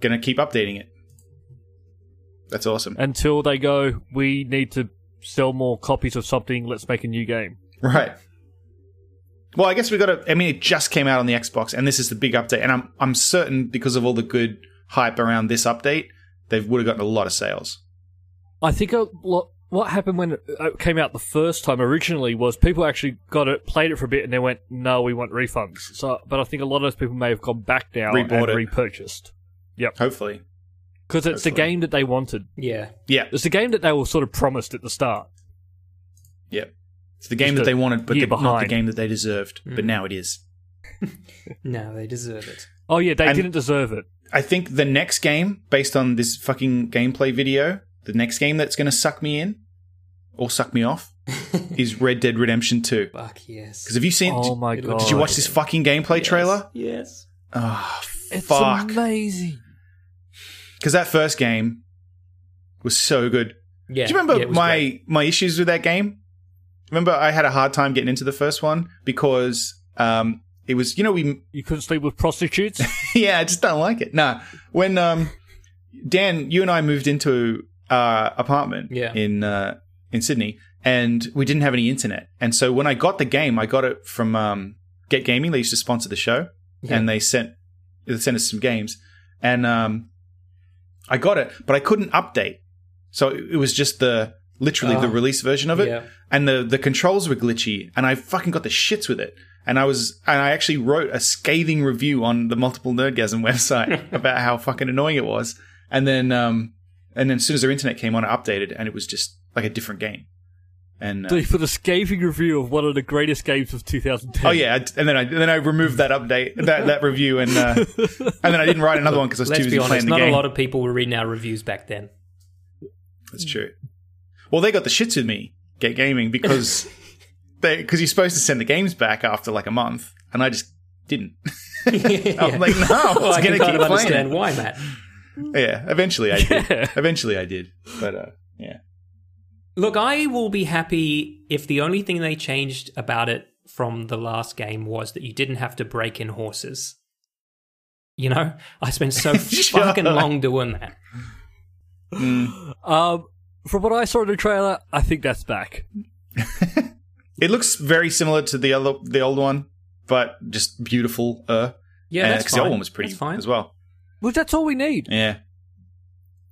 Speaker 2: gonna keep updating it. That's awesome,
Speaker 1: until they go, we need to sell more copies of something. Let's make a new game.
Speaker 2: right? Well, I guess we got to. I mean, it just came out on the Xbox, and this is the big update. And I'm I'm certain because of all the good hype around this update, they would have gotten a lot of sales.
Speaker 1: I think a lot. What happened when it uh, came out the first time originally was people actually got it, played it for a bit, and they went, "No, we want refunds." So, but I think a lot of those people may have gone back now
Speaker 2: Rebought
Speaker 1: and
Speaker 2: it.
Speaker 1: repurchased
Speaker 2: Hopefully,
Speaker 1: because it's the
Speaker 2: Hopefully.
Speaker 1: game that they wanted.
Speaker 3: Yeah,
Speaker 2: yeah,
Speaker 1: It's the game that they were sort of promised at the start.
Speaker 2: yeah. It's the game
Speaker 1: Just
Speaker 2: that
Speaker 1: a
Speaker 2: they wanted, but
Speaker 1: year
Speaker 2: the, not the
Speaker 1: behind. Mm.
Speaker 2: game that they deserved. But now it is.
Speaker 3: no, they deserve it.
Speaker 1: Oh yeah, they
Speaker 2: And-
Speaker 1: didn't deserve it.
Speaker 2: I think the next game, based on this fucking gameplay video, the next game that's going to suck me in or suck me off is Red Dead Redemption 2.
Speaker 3: Fuck yes.
Speaker 2: Because have you seen?
Speaker 1: Oh my
Speaker 3: did
Speaker 1: god!
Speaker 2: did you watch this fucking gameplay trailer?
Speaker 3: Yes.
Speaker 2: Oh,
Speaker 1: It's
Speaker 2: fuck!
Speaker 1: amazing.
Speaker 2: Because that first game was so good.
Speaker 3: Yeah.
Speaker 2: Do you remember
Speaker 3: yeah, it was
Speaker 2: my
Speaker 3: great.
Speaker 2: my issues with that game? Remember, I had a hard time getting into the first one because um, it was you know we
Speaker 1: You couldn't sleep with prostitutes.
Speaker 2: yeah, I just don't like it. Nah. When um Dan, you and I moved into uh apartment
Speaker 3: Yeah.
Speaker 2: in uh in Sydney and we didn't have any internet. And so when I got the game, I got it from um Get Gaming, they used to sponsor the show
Speaker 3: Yeah.
Speaker 2: and they sent they sent us some games. And um I got it, but I couldn't update. So it it was just the literally the
Speaker 3: Oh.
Speaker 2: release version of it
Speaker 3: Yeah.
Speaker 2: and the the controls were glitchy and I fucking got the shits with it. And I was and I actually wrote a scathing review on the multiple nerdgasm website about how fucking annoying it was. And then um and then as soon as their internet came on it updated and it was just like a different game. And uh,
Speaker 1: they put a scathing review of one of the greatest games of 2010.
Speaker 2: Oh yeah, I- and then I and then I removed that update that, that review and uh, and then I didn't write another one because I was
Speaker 3: Let's
Speaker 2: too busy
Speaker 3: be
Speaker 2: playing
Speaker 3: honest.
Speaker 2: the
Speaker 3: Not
Speaker 2: game.
Speaker 3: a lot of people were reading our reviews back then.
Speaker 2: That's true. Well, they got the shits with me, Get Gaming, because they because you're supposed to send the games back after like a month, and I just didn't. I'm like, no,
Speaker 3: Well,
Speaker 2: Oh, it's
Speaker 3: I
Speaker 2: gonna
Speaker 3: can kind
Speaker 2: keep
Speaker 3: of
Speaker 2: playing.
Speaker 3: understand why, Matt.
Speaker 2: Yeah, eventually I did. Eventually I did, but uh, yeah,
Speaker 3: Look, I will be happy if the only thing they changed about it from the last game was that you didn't have to break in horses. You know, I spent so
Speaker 2: Sure.
Speaker 3: fucking long doing that.
Speaker 1: Um, from what I saw in the trailer, I think that's back.
Speaker 2: it looks very similar to the other the old one, but just beautiful. Uh,
Speaker 3: Yeah, that's
Speaker 2: the
Speaker 3: fine.
Speaker 2: old one was pretty
Speaker 3: That's fine.
Speaker 2: as well.
Speaker 1: Well, that's all we need.
Speaker 2: Yeah,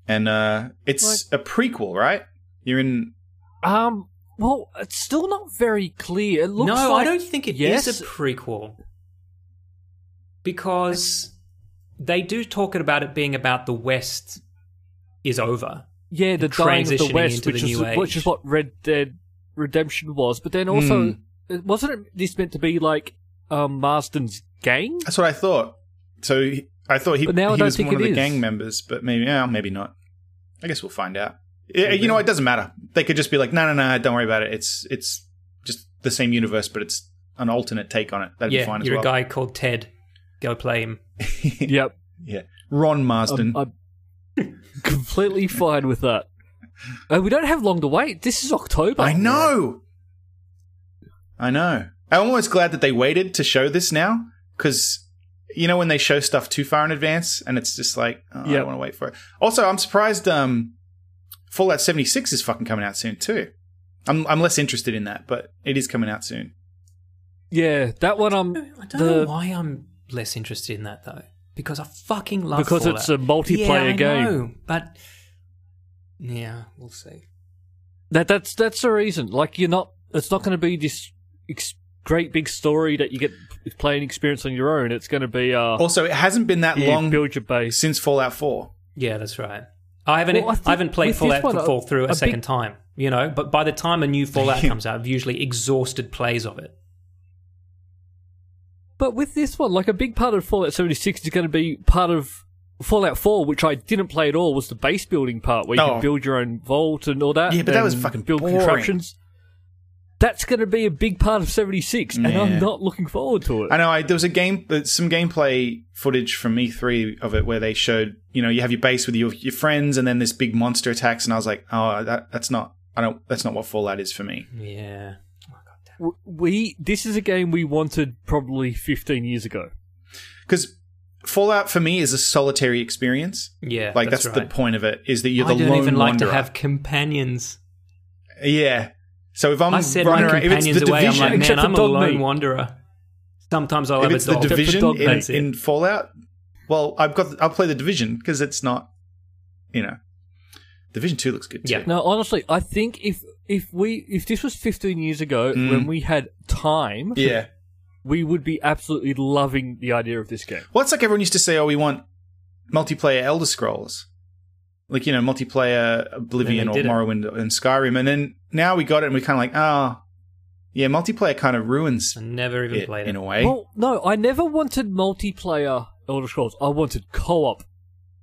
Speaker 2: and uh, it's a prequel, right? You're in.
Speaker 1: Um, well, it's still not very clear. It looks
Speaker 3: no,
Speaker 1: like
Speaker 3: I don't think it is
Speaker 1: yes,
Speaker 3: a prequel because they do talk about it being about the West is over.
Speaker 1: yeah, the dying of the
Speaker 3: transitioning
Speaker 1: West,
Speaker 3: into
Speaker 1: which
Speaker 3: the
Speaker 1: is
Speaker 3: new age.
Speaker 1: which is what Red Dead Hmm. Redemption was. But then also, it wasn't it- this meant to be like um, Marston's gang?
Speaker 2: That's what I thought. So he- I thought he,
Speaker 1: But now I
Speaker 2: he
Speaker 1: don't
Speaker 2: was
Speaker 1: think
Speaker 2: one of
Speaker 1: it
Speaker 2: the
Speaker 1: is.
Speaker 2: gang members, but maybe yeah, maybe not. I guess we'll find out. Yeah, you know, it doesn't matter. They could just be like, no, no, no, don't worry about it. It's it's just the same universe, but it's an alternate take on it. That'd
Speaker 3: yeah,
Speaker 2: be fine as
Speaker 3: you're
Speaker 2: well.
Speaker 3: a guy called Ted. Go play him.
Speaker 1: Yep.
Speaker 2: Yeah, Ron Marsden.
Speaker 1: I'm, I'm completely fine with that. Uh, we don't have long to wait. This is October.
Speaker 2: I know. I know. I'm almost glad that they waited to show this now because you know when they show stuff too far in advance and it's just like oh, I
Speaker 1: Yeah.
Speaker 2: don't want to wait for it. Also, I'm surprised um, Fallout 76 is fucking coming out soon too. I'm I'm less interested in that, but it is coming out soon.
Speaker 1: Yeah, that one. Um,
Speaker 3: I
Speaker 1: the-
Speaker 3: don't know why I'm less interested in that though, because I fucking love
Speaker 1: Because it's
Speaker 3: Fallout.
Speaker 1: a multiplayer
Speaker 3: yeah, I
Speaker 1: game.
Speaker 3: know, but yeah, we'll see.
Speaker 1: That that's that's the reason. Like you're not. It's not going to be this ex- great big story that you get playing experience on your own. It's going to be uh,
Speaker 2: Also, it hasn't been that
Speaker 1: you
Speaker 2: long
Speaker 1: build your base.
Speaker 2: since Fallout 4.
Speaker 3: Yeah, that's right. I haven't
Speaker 1: Well, I
Speaker 3: I,
Speaker 1: think
Speaker 3: haven't played
Speaker 1: with this
Speaker 3: Fallout
Speaker 1: one,
Speaker 3: to
Speaker 1: a-
Speaker 3: fall through
Speaker 1: a
Speaker 3: a,
Speaker 1: big-
Speaker 3: second time, you know. But by the time a new Fallout comes out, I've usually exhausted plays of it.
Speaker 1: But with this one, like a big part of Fallout 76 is going to be part of Fallout 4, which I didn't play at all, was the base building part where you
Speaker 2: Oh.
Speaker 1: can build your own vault and all that.
Speaker 2: Yeah, but that was
Speaker 1: and
Speaker 2: fucking
Speaker 1: build
Speaker 2: boring.
Speaker 1: contraptions. That's going to be a big part of 76, and
Speaker 2: Yeah.
Speaker 1: I'm not looking forward to it.
Speaker 2: I know. I, there was a game, uh, some gameplay footage from E3 of it where they showed, you know, you have your base with your your friends, and then this big monster attacks, and I was like, oh, that, that's not, I don't, that's not what Fallout is for me.
Speaker 3: Yeah. Oh, God damn.
Speaker 1: W- we this is a game we wanted probably 15 years ago.
Speaker 2: Because Fallout for me is a solitary experience.
Speaker 3: Yeah,
Speaker 2: like
Speaker 3: that's,
Speaker 2: that's,
Speaker 3: right.
Speaker 2: the point of it is that you're
Speaker 3: I
Speaker 2: the
Speaker 3: don't
Speaker 2: lone
Speaker 3: even like
Speaker 2: wanderer.
Speaker 3: to have companions.
Speaker 2: yeah. So if I'm
Speaker 3: I said
Speaker 2: running
Speaker 3: my
Speaker 2: around, Um, if it's
Speaker 3: companions
Speaker 2: the
Speaker 3: away.
Speaker 2: division,
Speaker 3: I'm like, man,
Speaker 1: Except for
Speaker 3: I'm a
Speaker 1: dog
Speaker 3: lone
Speaker 1: meat.
Speaker 3: wanderer. Sometimes I'll
Speaker 2: if
Speaker 3: have
Speaker 2: it's
Speaker 3: a
Speaker 2: the
Speaker 3: dog.
Speaker 1: for
Speaker 2: division
Speaker 1: dog
Speaker 2: in,
Speaker 1: meat.
Speaker 2: in Fallout, well, I've got, I'll play the division because it's not, you know, Division Two looks good too.
Speaker 3: Yeah.
Speaker 1: No, honestly, I think if if we if this was 15 years ago
Speaker 2: Mm.
Speaker 1: when we had time,
Speaker 2: Yeah.
Speaker 1: we would be absolutely loving the idea of this game.
Speaker 2: Well, it's like everyone used to say, oh, we want multiplayer Elder Scrolls. Like, you know, multiplayer Oblivion
Speaker 3: And
Speaker 2: or
Speaker 3: they didn't.
Speaker 2: Morrowind and Skyrim. And then now we got it and we're kind of like, oh, yeah, multiplayer kind of ruins
Speaker 3: I never even
Speaker 2: it
Speaker 3: played
Speaker 2: in
Speaker 3: it.
Speaker 2: a way.
Speaker 1: Well, no, I never wanted multiplayer Elder Scrolls. I wanted co-op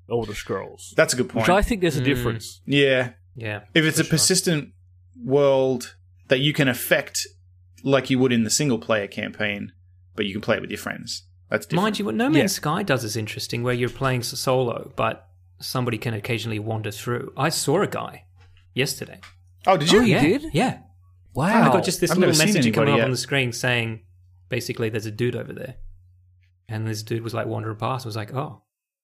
Speaker 1: Elder Scrolls,
Speaker 2: That's a good point.
Speaker 1: which I think there's a
Speaker 3: Mm.
Speaker 1: difference.
Speaker 2: yeah.
Speaker 3: Yeah.
Speaker 2: If it's
Speaker 3: for
Speaker 2: a
Speaker 3: sure.
Speaker 2: persistent world that you can affect like you would in the single player campaign, but you can play it with your friends. That's different.
Speaker 3: Mind you, what No Man's Sky does is interesting, where you're playing s- solo, but somebody can occasionally wander through. I saw a guy yesterday.
Speaker 2: oh, did you?
Speaker 1: Oh, You
Speaker 3: yeah,
Speaker 1: did?
Speaker 3: Yeah.
Speaker 1: Wow,
Speaker 3: I got just this
Speaker 2: I've
Speaker 3: little
Speaker 2: never seen
Speaker 3: message
Speaker 2: anybody
Speaker 3: coming up
Speaker 2: yet.
Speaker 3: on the screen saying, basically, there's a dude over there. And this dude was like wandering past. I was like, oh,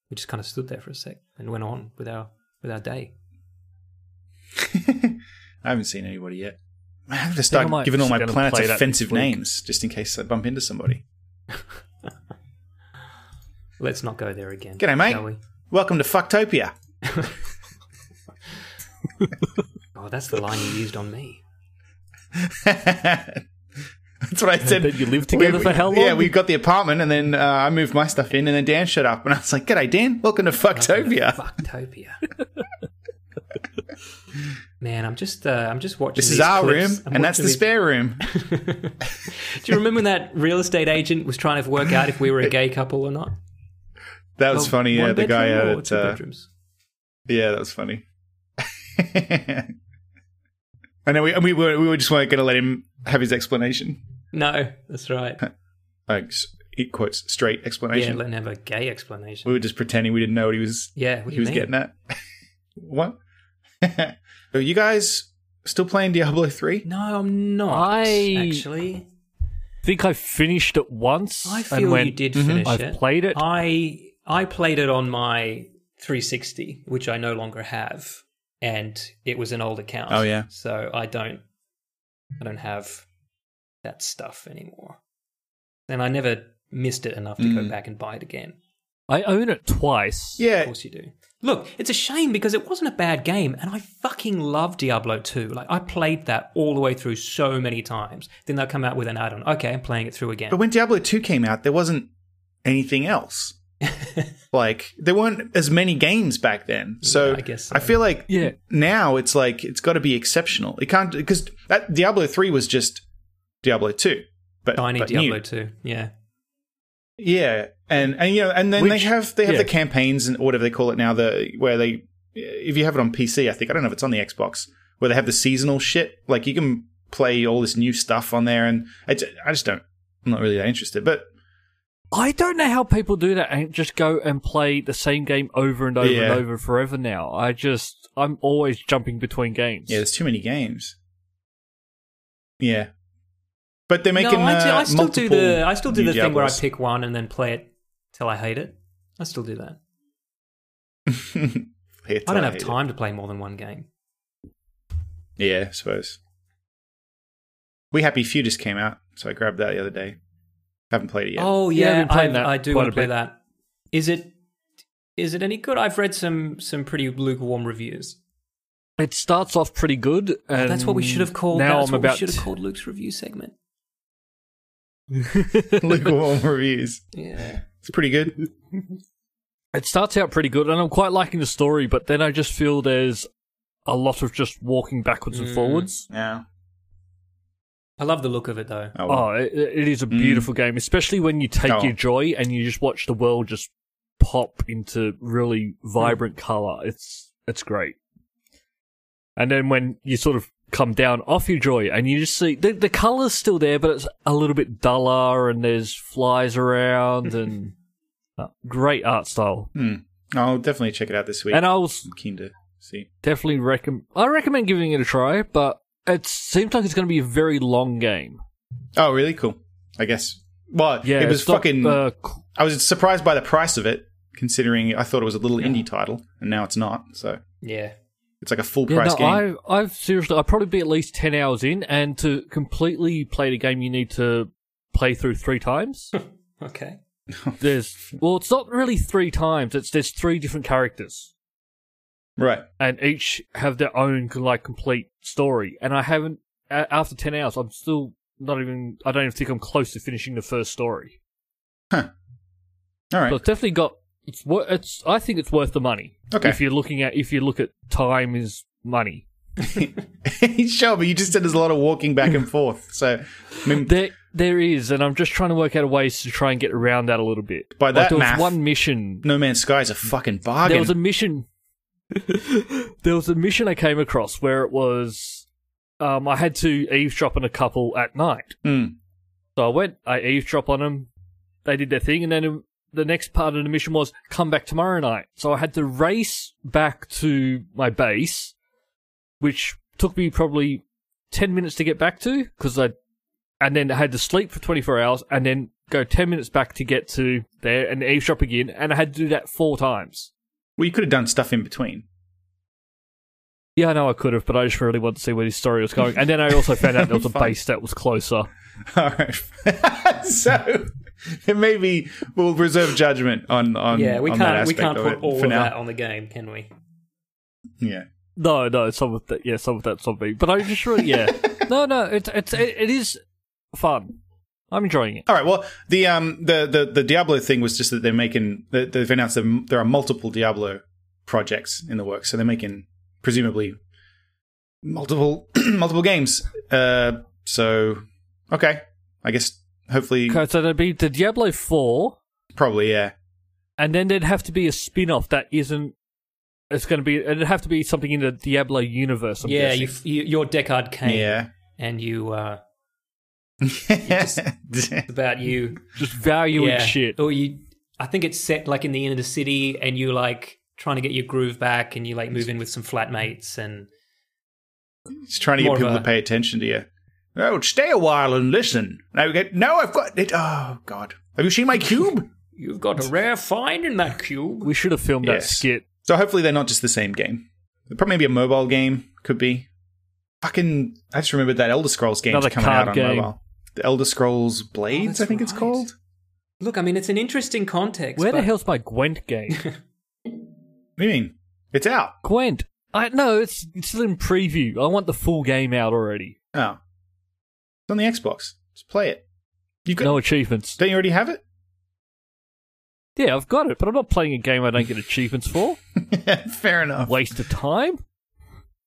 Speaker 3: we just kind of stood there for a sec and went on with our with our day.
Speaker 2: I haven't seen anybody yet. I have to
Speaker 1: I
Speaker 2: start
Speaker 1: might
Speaker 2: giving all
Speaker 1: just
Speaker 2: my
Speaker 1: gonna
Speaker 2: planets
Speaker 1: play that
Speaker 2: offensive
Speaker 1: this week.
Speaker 2: names just in case I bump into somebody.
Speaker 3: Let's not go there again.
Speaker 2: G'day, mate.
Speaker 3: Shall we?
Speaker 2: Welcome to Fucktopia.
Speaker 3: Oh, that's the line you used on me.
Speaker 2: That's what I said.
Speaker 1: then you lived together
Speaker 2: We-
Speaker 1: for how long?
Speaker 2: Yeah, we got the apartment, and then uh, I moved my stuff in, and then Dan showed up, and I was like, "G'day, Dan. Welcome to Fucktopia."
Speaker 3: Fucktopia. Man, I'm just uh, I'm just watching.
Speaker 2: This is
Speaker 3: these
Speaker 2: our room,
Speaker 3: clips. I'm
Speaker 2: and that's
Speaker 3: watching
Speaker 2: the
Speaker 3: these-
Speaker 2: spare room.
Speaker 3: Do you remember when that real estate agent was trying to work out if we were a gay couple or not?
Speaker 2: That was
Speaker 3: Well,
Speaker 2: funny. Yeah,
Speaker 3: one
Speaker 2: the guy.
Speaker 3: bedroom or
Speaker 2: at,
Speaker 3: two
Speaker 2: uh,
Speaker 3: bedrooms.
Speaker 2: yeah, that was funny. and then we and we were, we were just weren't going to let him have his explanation,
Speaker 3: No, that's right.
Speaker 2: like s- it quotes straight
Speaker 3: Yeah,
Speaker 2: explanation.
Speaker 3: let him have a gay
Speaker 2: we
Speaker 3: explanation.
Speaker 2: were just pretending we didn't know what he was
Speaker 3: Yeah, what do
Speaker 2: he
Speaker 3: you
Speaker 2: was
Speaker 3: mean?
Speaker 2: getting at. what? Are you guys still playing Diablo 3?
Speaker 3: No, I'm not.
Speaker 1: I-
Speaker 3: actually,
Speaker 1: think I finished it once.
Speaker 3: I
Speaker 1: and
Speaker 3: feel
Speaker 1: went,
Speaker 3: you did
Speaker 2: "Mhm,
Speaker 3: finish
Speaker 1: I've
Speaker 3: it.
Speaker 1: played it."
Speaker 3: I I played it on my 360, which I no longer have, and it was an old account.
Speaker 2: Oh, yeah.
Speaker 3: So I don't I don't have that stuff anymore. And I never missed it enough to
Speaker 2: Mm.
Speaker 3: go back and buy it again.
Speaker 1: I own it twice.
Speaker 3: Of
Speaker 2: Yeah.
Speaker 3: course you do. Look, it's a shame because it wasn't a bad game, and I fucking love Diablo 2. Like, I played that all the way through so many times. Then they'll come out with an add on. Okay, I'm playing it through again.
Speaker 2: But when Diablo 2 came out, there wasn't anything else. like, there weren't as many games back then. So,
Speaker 3: Yeah, I guess so.
Speaker 2: I feel like
Speaker 1: Yeah.
Speaker 2: now it's like, it's got to be exceptional. It can't, because that Diablo 3 was just Diablo 2. But,
Speaker 3: Tiny
Speaker 2: but new.
Speaker 3: Diablo 2. Yeah.
Speaker 2: Yeah, and and you know, and then
Speaker 1: Which-
Speaker 2: they have they have
Speaker 1: yeah.
Speaker 2: the campaigns and whatever they call it now. The where they if you have it on PC, I think I don't know if it's on the Xbox where they have the seasonal shit. Like you can play all this new stuff on there, and I ju- I just don't. I'm not really that interested, but
Speaker 1: I don't know how people do that and just go and play the same game over and over and
Speaker 2: Yeah.
Speaker 1: over forever now. I just, I'm always jumping between games.
Speaker 2: yeah, there's too many games. Yeah, but they're making.
Speaker 3: no, I, do-
Speaker 2: uh,
Speaker 3: I still do the
Speaker 2: multiple
Speaker 3: I still do
Speaker 2: new
Speaker 3: the thing where I
Speaker 2: Diablos.
Speaker 3: pick one and then play it till I hate it. I still do that.
Speaker 2: Hate
Speaker 3: I don't
Speaker 2: I
Speaker 3: have
Speaker 2: hate it.
Speaker 3: time to play more than one game.
Speaker 2: Yeah, I suppose. We Happy Few just came out, so I grabbed that the other day. Haven't played it yet.
Speaker 3: Oh
Speaker 1: Yeah, I've
Speaker 3: yeah,
Speaker 1: been playing
Speaker 3: I,
Speaker 1: that
Speaker 3: I do
Speaker 1: quite
Speaker 3: want
Speaker 1: a
Speaker 3: to play
Speaker 1: bit.
Speaker 3: that. Is it is it any good? I've read some some pretty lukewarm reviews.
Speaker 1: It starts off pretty good. And
Speaker 3: Oh, That's what we should have called.
Speaker 1: Um, Now
Speaker 3: that's
Speaker 1: I'm
Speaker 3: what
Speaker 1: about
Speaker 3: we should have called Luke's review segment.
Speaker 2: lukewarm reviews.
Speaker 3: Yeah.
Speaker 2: It's pretty good.
Speaker 1: It starts out pretty good, and I'm quite liking the story, but then I just feel there's a lot of just walking backwards and
Speaker 3: Mm.
Speaker 1: forwards.
Speaker 2: Yeah.
Speaker 3: I love the look of it though.
Speaker 2: Oh, well.
Speaker 1: Oh, it, it is a
Speaker 2: Mm.
Speaker 1: beautiful game, especially when you take
Speaker 2: Oh.
Speaker 1: your joy and you just watch the world just pop into really
Speaker 2: Hmm.
Speaker 1: vibrant color. It's it's great. And then when you sort of come down off your joy and you just see the the color's still there, but it's a little bit duller, and there's flies around, and uh, great art style.
Speaker 2: Hmm. I'll definitely check it out this week.
Speaker 1: And uh, I was
Speaker 2: I'm keen to see.
Speaker 1: definitely recommend. I recommend giving it a try, but it seems like it's going to be a very long game.
Speaker 2: Oh, really? Cool. I guess. Well,
Speaker 1: Yeah,
Speaker 2: it was
Speaker 1: it's not,
Speaker 2: fucking.
Speaker 1: uh, qu-
Speaker 2: I was surprised by the price of it, considering I thought it was a little indie title, and now it's not. So
Speaker 3: Yeah.
Speaker 2: it's like a full
Speaker 1: yeah,
Speaker 2: price
Speaker 1: no,
Speaker 2: game.
Speaker 1: I've, I've seriously, I'd probably be at least ten hours in, and to completely play the game, you need to play through three times.
Speaker 3: Okay.
Speaker 1: there's well, it's not really three times. It's there's three different characters,
Speaker 2: Right.
Speaker 1: and each have their own like complete story. And I haven't a- after ten hours, I'm still not even. I don't even think I'm close to finishing the first story.
Speaker 2: All
Speaker 1: So
Speaker 2: right.
Speaker 1: it's definitely got. It's wor- it's. I think it's worth the money.
Speaker 2: Okay.
Speaker 1: If you're looking at, if you look at time is money.
Speaker 2: sure, but you just said there's a lot of walking back and forth. So, I mean,
Speaker 1: There, there is, and I'm just trying to work out a ways to try and get around that a little bit.
Speaker 2: By
Speaker 1: Like,
Speaker 2: that
Speaker 1: there was
Speaker 2: math-
Speaker 1: one mission.
Speaker 2: No Man's Sky is a fucking bargain.
Speaker 1: There was a mission. there was a mission I came across where it was. Um, I had to eavesdrop on a couple at night,
Speaker 2: Mm.
Speaker 1: so I went. I eavesdrop on them. They did their thing, and then the next part of the mission was come back tomorrow night. So I had to race back to my base, which took me probably 10 minutes to get back to because I, and then I had to sleep for 24 hours and then go 10 minutes back to get to there and eavesdrop again. And I had to do that four times.
Speaker 2: Well, you could have done stuff in between.
Speaker 1: Yeah, I know I could have, but I just really wanted to see where this story was going. And then I also found out there was a
Speaker 2: Fun.
Speaker 1: base that was closer.
Speaker 2: All right. so maybe we'll reserve judgment on on
Speaker 3: yeah, we
Speaker 2: on that
Speaker 3: can't we
Speaker 2: aspect
Speaker 3: can't
Speaker 2: of
Speaker 3: put
Speaker 2: it
Speaker 3: all
Speaker 2: for
Speaker 3: of
Speaker 2: now.
Speaker 3: that on the game, can we?
Speaker 2: Yeah.
Speaker 1: No, no, some of that, yeah, some of that's on me. But I just really, yeah, no, no, it's it's it, it is fun. I'm enjoying it.
Speaker 2: All right. Well, the um the the, the Diablo thing was just that they're making that they've announced that there are multiple Diablo projects in the works, so they're making presumably multiple multiple games. Uh, so okay, I guess hopefully
Speaker 1: Okay, so there'd be the Diablo four,
Speaker 2: probably yeah.
Speaker 1: and then there'd have to be a spin off that isn't. It's going to be. It'd have to be something in the Diablo universe. I'm
Speaker 3: yeah,
Speaker 1: guessing.
Speaker 3: you, f- you you're Deckard Kane.
Speaker 2: Yeah.
Speaker 3: And you uh it's about you
Speaker 1: just valuing
Speaker 3: yeah.
Speaker 1: shit.
Speaker 3: Or you I think it's set like in the inner city and you like trying to get your groove back and you like move in with some flatmates and
Speaker 2: It's trying to get
Speaker 3: More of
Speaker 2: people
Speaker 3: a-
Speaker 2: to pay attention to you. Oh, stay a while and listen. Now you get, no, I've got it. Oh, God. Have you seen my cube?
Speaker 3: you've got a rare find in that cube.
Speaker 1: We should have filmed that
Speaker 2: Yes.
Speaker 1: skit.
Speaker 2: so hopefully they're not just the same game. Probably maybe a mobile game could be. Fucking, I just remembered that Elder Scrolls game
Speaker 1: Another
Speaker 2: coming out
Speaker 1: card
Speaker 2: on
Speaker 1: game.
Speaker 2: mobile. The Elder Scrolls Blades,
Speaker 3: Oh,
Speaker 2: I think it's
Speaker 3: that's right.
Speaker 2: called.
Speaker 3: Look, I mean it's an interesting context.
Speaker 1: Where the
Speaker 3: but-
Speaker 1: hell's my Gwent game?
Speaker 2: What do you mean? It's out.
Speaker 1: Gwent. I no, it's it's still in preview. I want the full game out already.
Speaker 2: Oh. It's on the Xbox. Just play it. You got,
Speaker 1: No achievements.
Speaker 2: Don't you already have it?
Speaker 1: Yeah, I've got it, but I'm not playing a game I don't get achievements for.
Speaker 2: Fair enough.
Speaker 1: waste of time.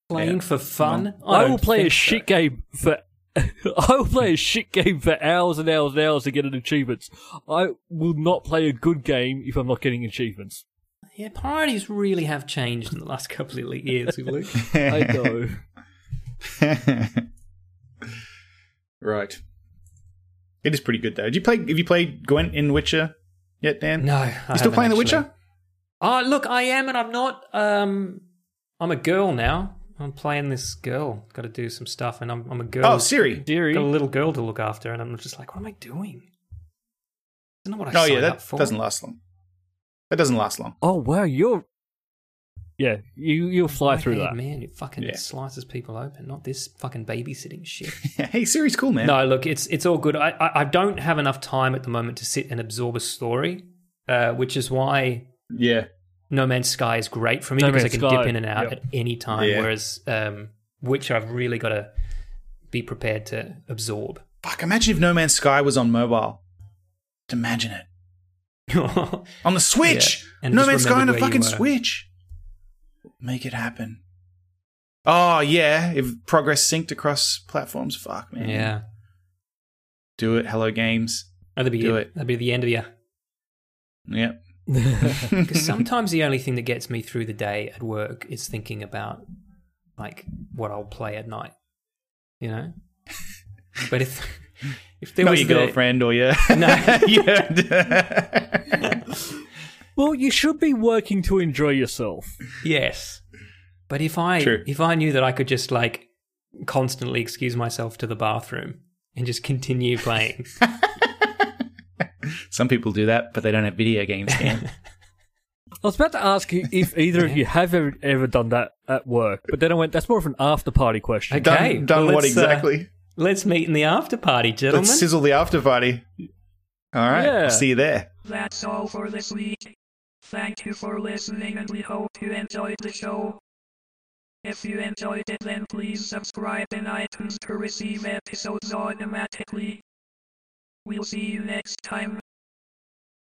Speaker 3: playing for fun?
Speaker 1: I, will
Speaker 3: don't
Speaker 1: play a
Speaker 3: think so.
Speaker 1: shit game for I will play a shit game for hours and hours and hours to get an achievements. I will not play a good game if I'm not getting achievements.
Speaker 3: Yeah, priorities really have changed in the last couple of years, Luke.
Speaker 1: I know.
Speaker 2: right. It is pretty good though. Did you play? Have you played Gwent in Witcher yet, Dan?
Speaker 3: No, I
Speaker 2: You still
Speaker 3: haven't
Speaker 2: playing The
Speaker 3: actually.
Speaker 2: Witcher?
Speaker 3: Oh, look, I am and I'm not. Um, I'm a girl now. I'm playing this girl. Got to do some stuff, and I'm, I'm a girl.
Speaker 2: Oh, Siri.
Speaker 1: Deary.
Speaker 3: Got a little girl to look after, and I'm just like, what am I doing? It's not what I
Speaker 2: Oh
Speaker 3: signed
Speaker 2: yeah,
Speaker 3: up
Speaker 2: that
Speaker 3: for.
Speaker 2: doesn't last long. That doesn't last long.
Speaker 1: Oh wow, you're. Yeah, you you'll fly through
Speaker 3: Right-hand
Speaker 1: that.
Speaker 3: Man, it fucking
Speaker 2: Yeah.
Speaker 3: slices people open. Not this fucking babysitting shit.
Speaker 2: hey, Siri's cool, man.
Speaker 3: No, look, it's it's all good. I, I I don't have enough time at the moment to sit and absorb a story, uh, which is why
Speaker 2: Yeah.
Speaker 3: No Man's Sky is great for me
Speaker 1: No
Speaker 3: because
Speaker 1: Man's
Speaker 3: I can
Speaker 1: Sky,
Speaker 3: dip in and out
Speaker 1: yep.
Speaker 3: at any time.
Speaker 2: Yeah.
Speaker 3: Whereas um, Witcher, I've really got to be prepared to absorb.
Speaker 2: Fuck. Imagine if No Man's Sky was on mobile. Just imagine it on the Switch.
Speaker 3: Yeah, and
Speaker 2: No
Speaker 3: just
Speaker 2: Man's Sky on
Speaker 3: remember
Speaker 2: the
Speaker 3: where you
Speaker 2: fucking
Speaker 3: were.
Speaker 2: Switch. Make it happen. Oh yeah, if progress synced across platforms, fuck man.
Speaker 3: yeah,
Speaker 2: Do it. Hello games.
Speaker 3: that'd be
Speaker 2: Do
Speaker 3: it.
Speaker 2: it.
Speaker 3: That'd be the end of you.
Speaker 2: Yep.
Speaker 3: Because sometimes the only thing that gets me through the day at work is thinking about like what I'll play at night. You know. But if if there
Speaker 2: Not
Speaker 3: was
Speaker 2: your
Speaker 3: the-
Speaker 2: girlfriend or your
Speaker 3: No.
Speaker 2: yeah.
Speaker 1: Well, you should be working to enjoy yourself.
Speaker 3: Yes. But if I
Speaker 2: True.
Speaker 3: if I knew that I could just like constantly excuse myself to the bathroom and just continue playing.
Speaker 2: Some people do that, but they don't have video games. Dan.
Speaker 1: I was about to ask you if either of you have ever, ever done that at work, but then I went, that's more of an after party question.
Speaker 3: Okay.
Speaker 2: done done
Speaker 3: well,
Speaker 2: what
Speaker 3: let's, uh,
Speaker 2: exactly?
Speaker 3: let's meet in the after party, gentlemen.
Speaker 2: Let's sizzle the after party. All right.
Speaker 1: Yeah.
Speaker 2: See you there.
Speaker 7: That's all for this week. Thank you for listening and we hope you enjoyed the show. If you enjoyed it then please subscribe in iTunes to receive episodes automatically. We'll see you next time.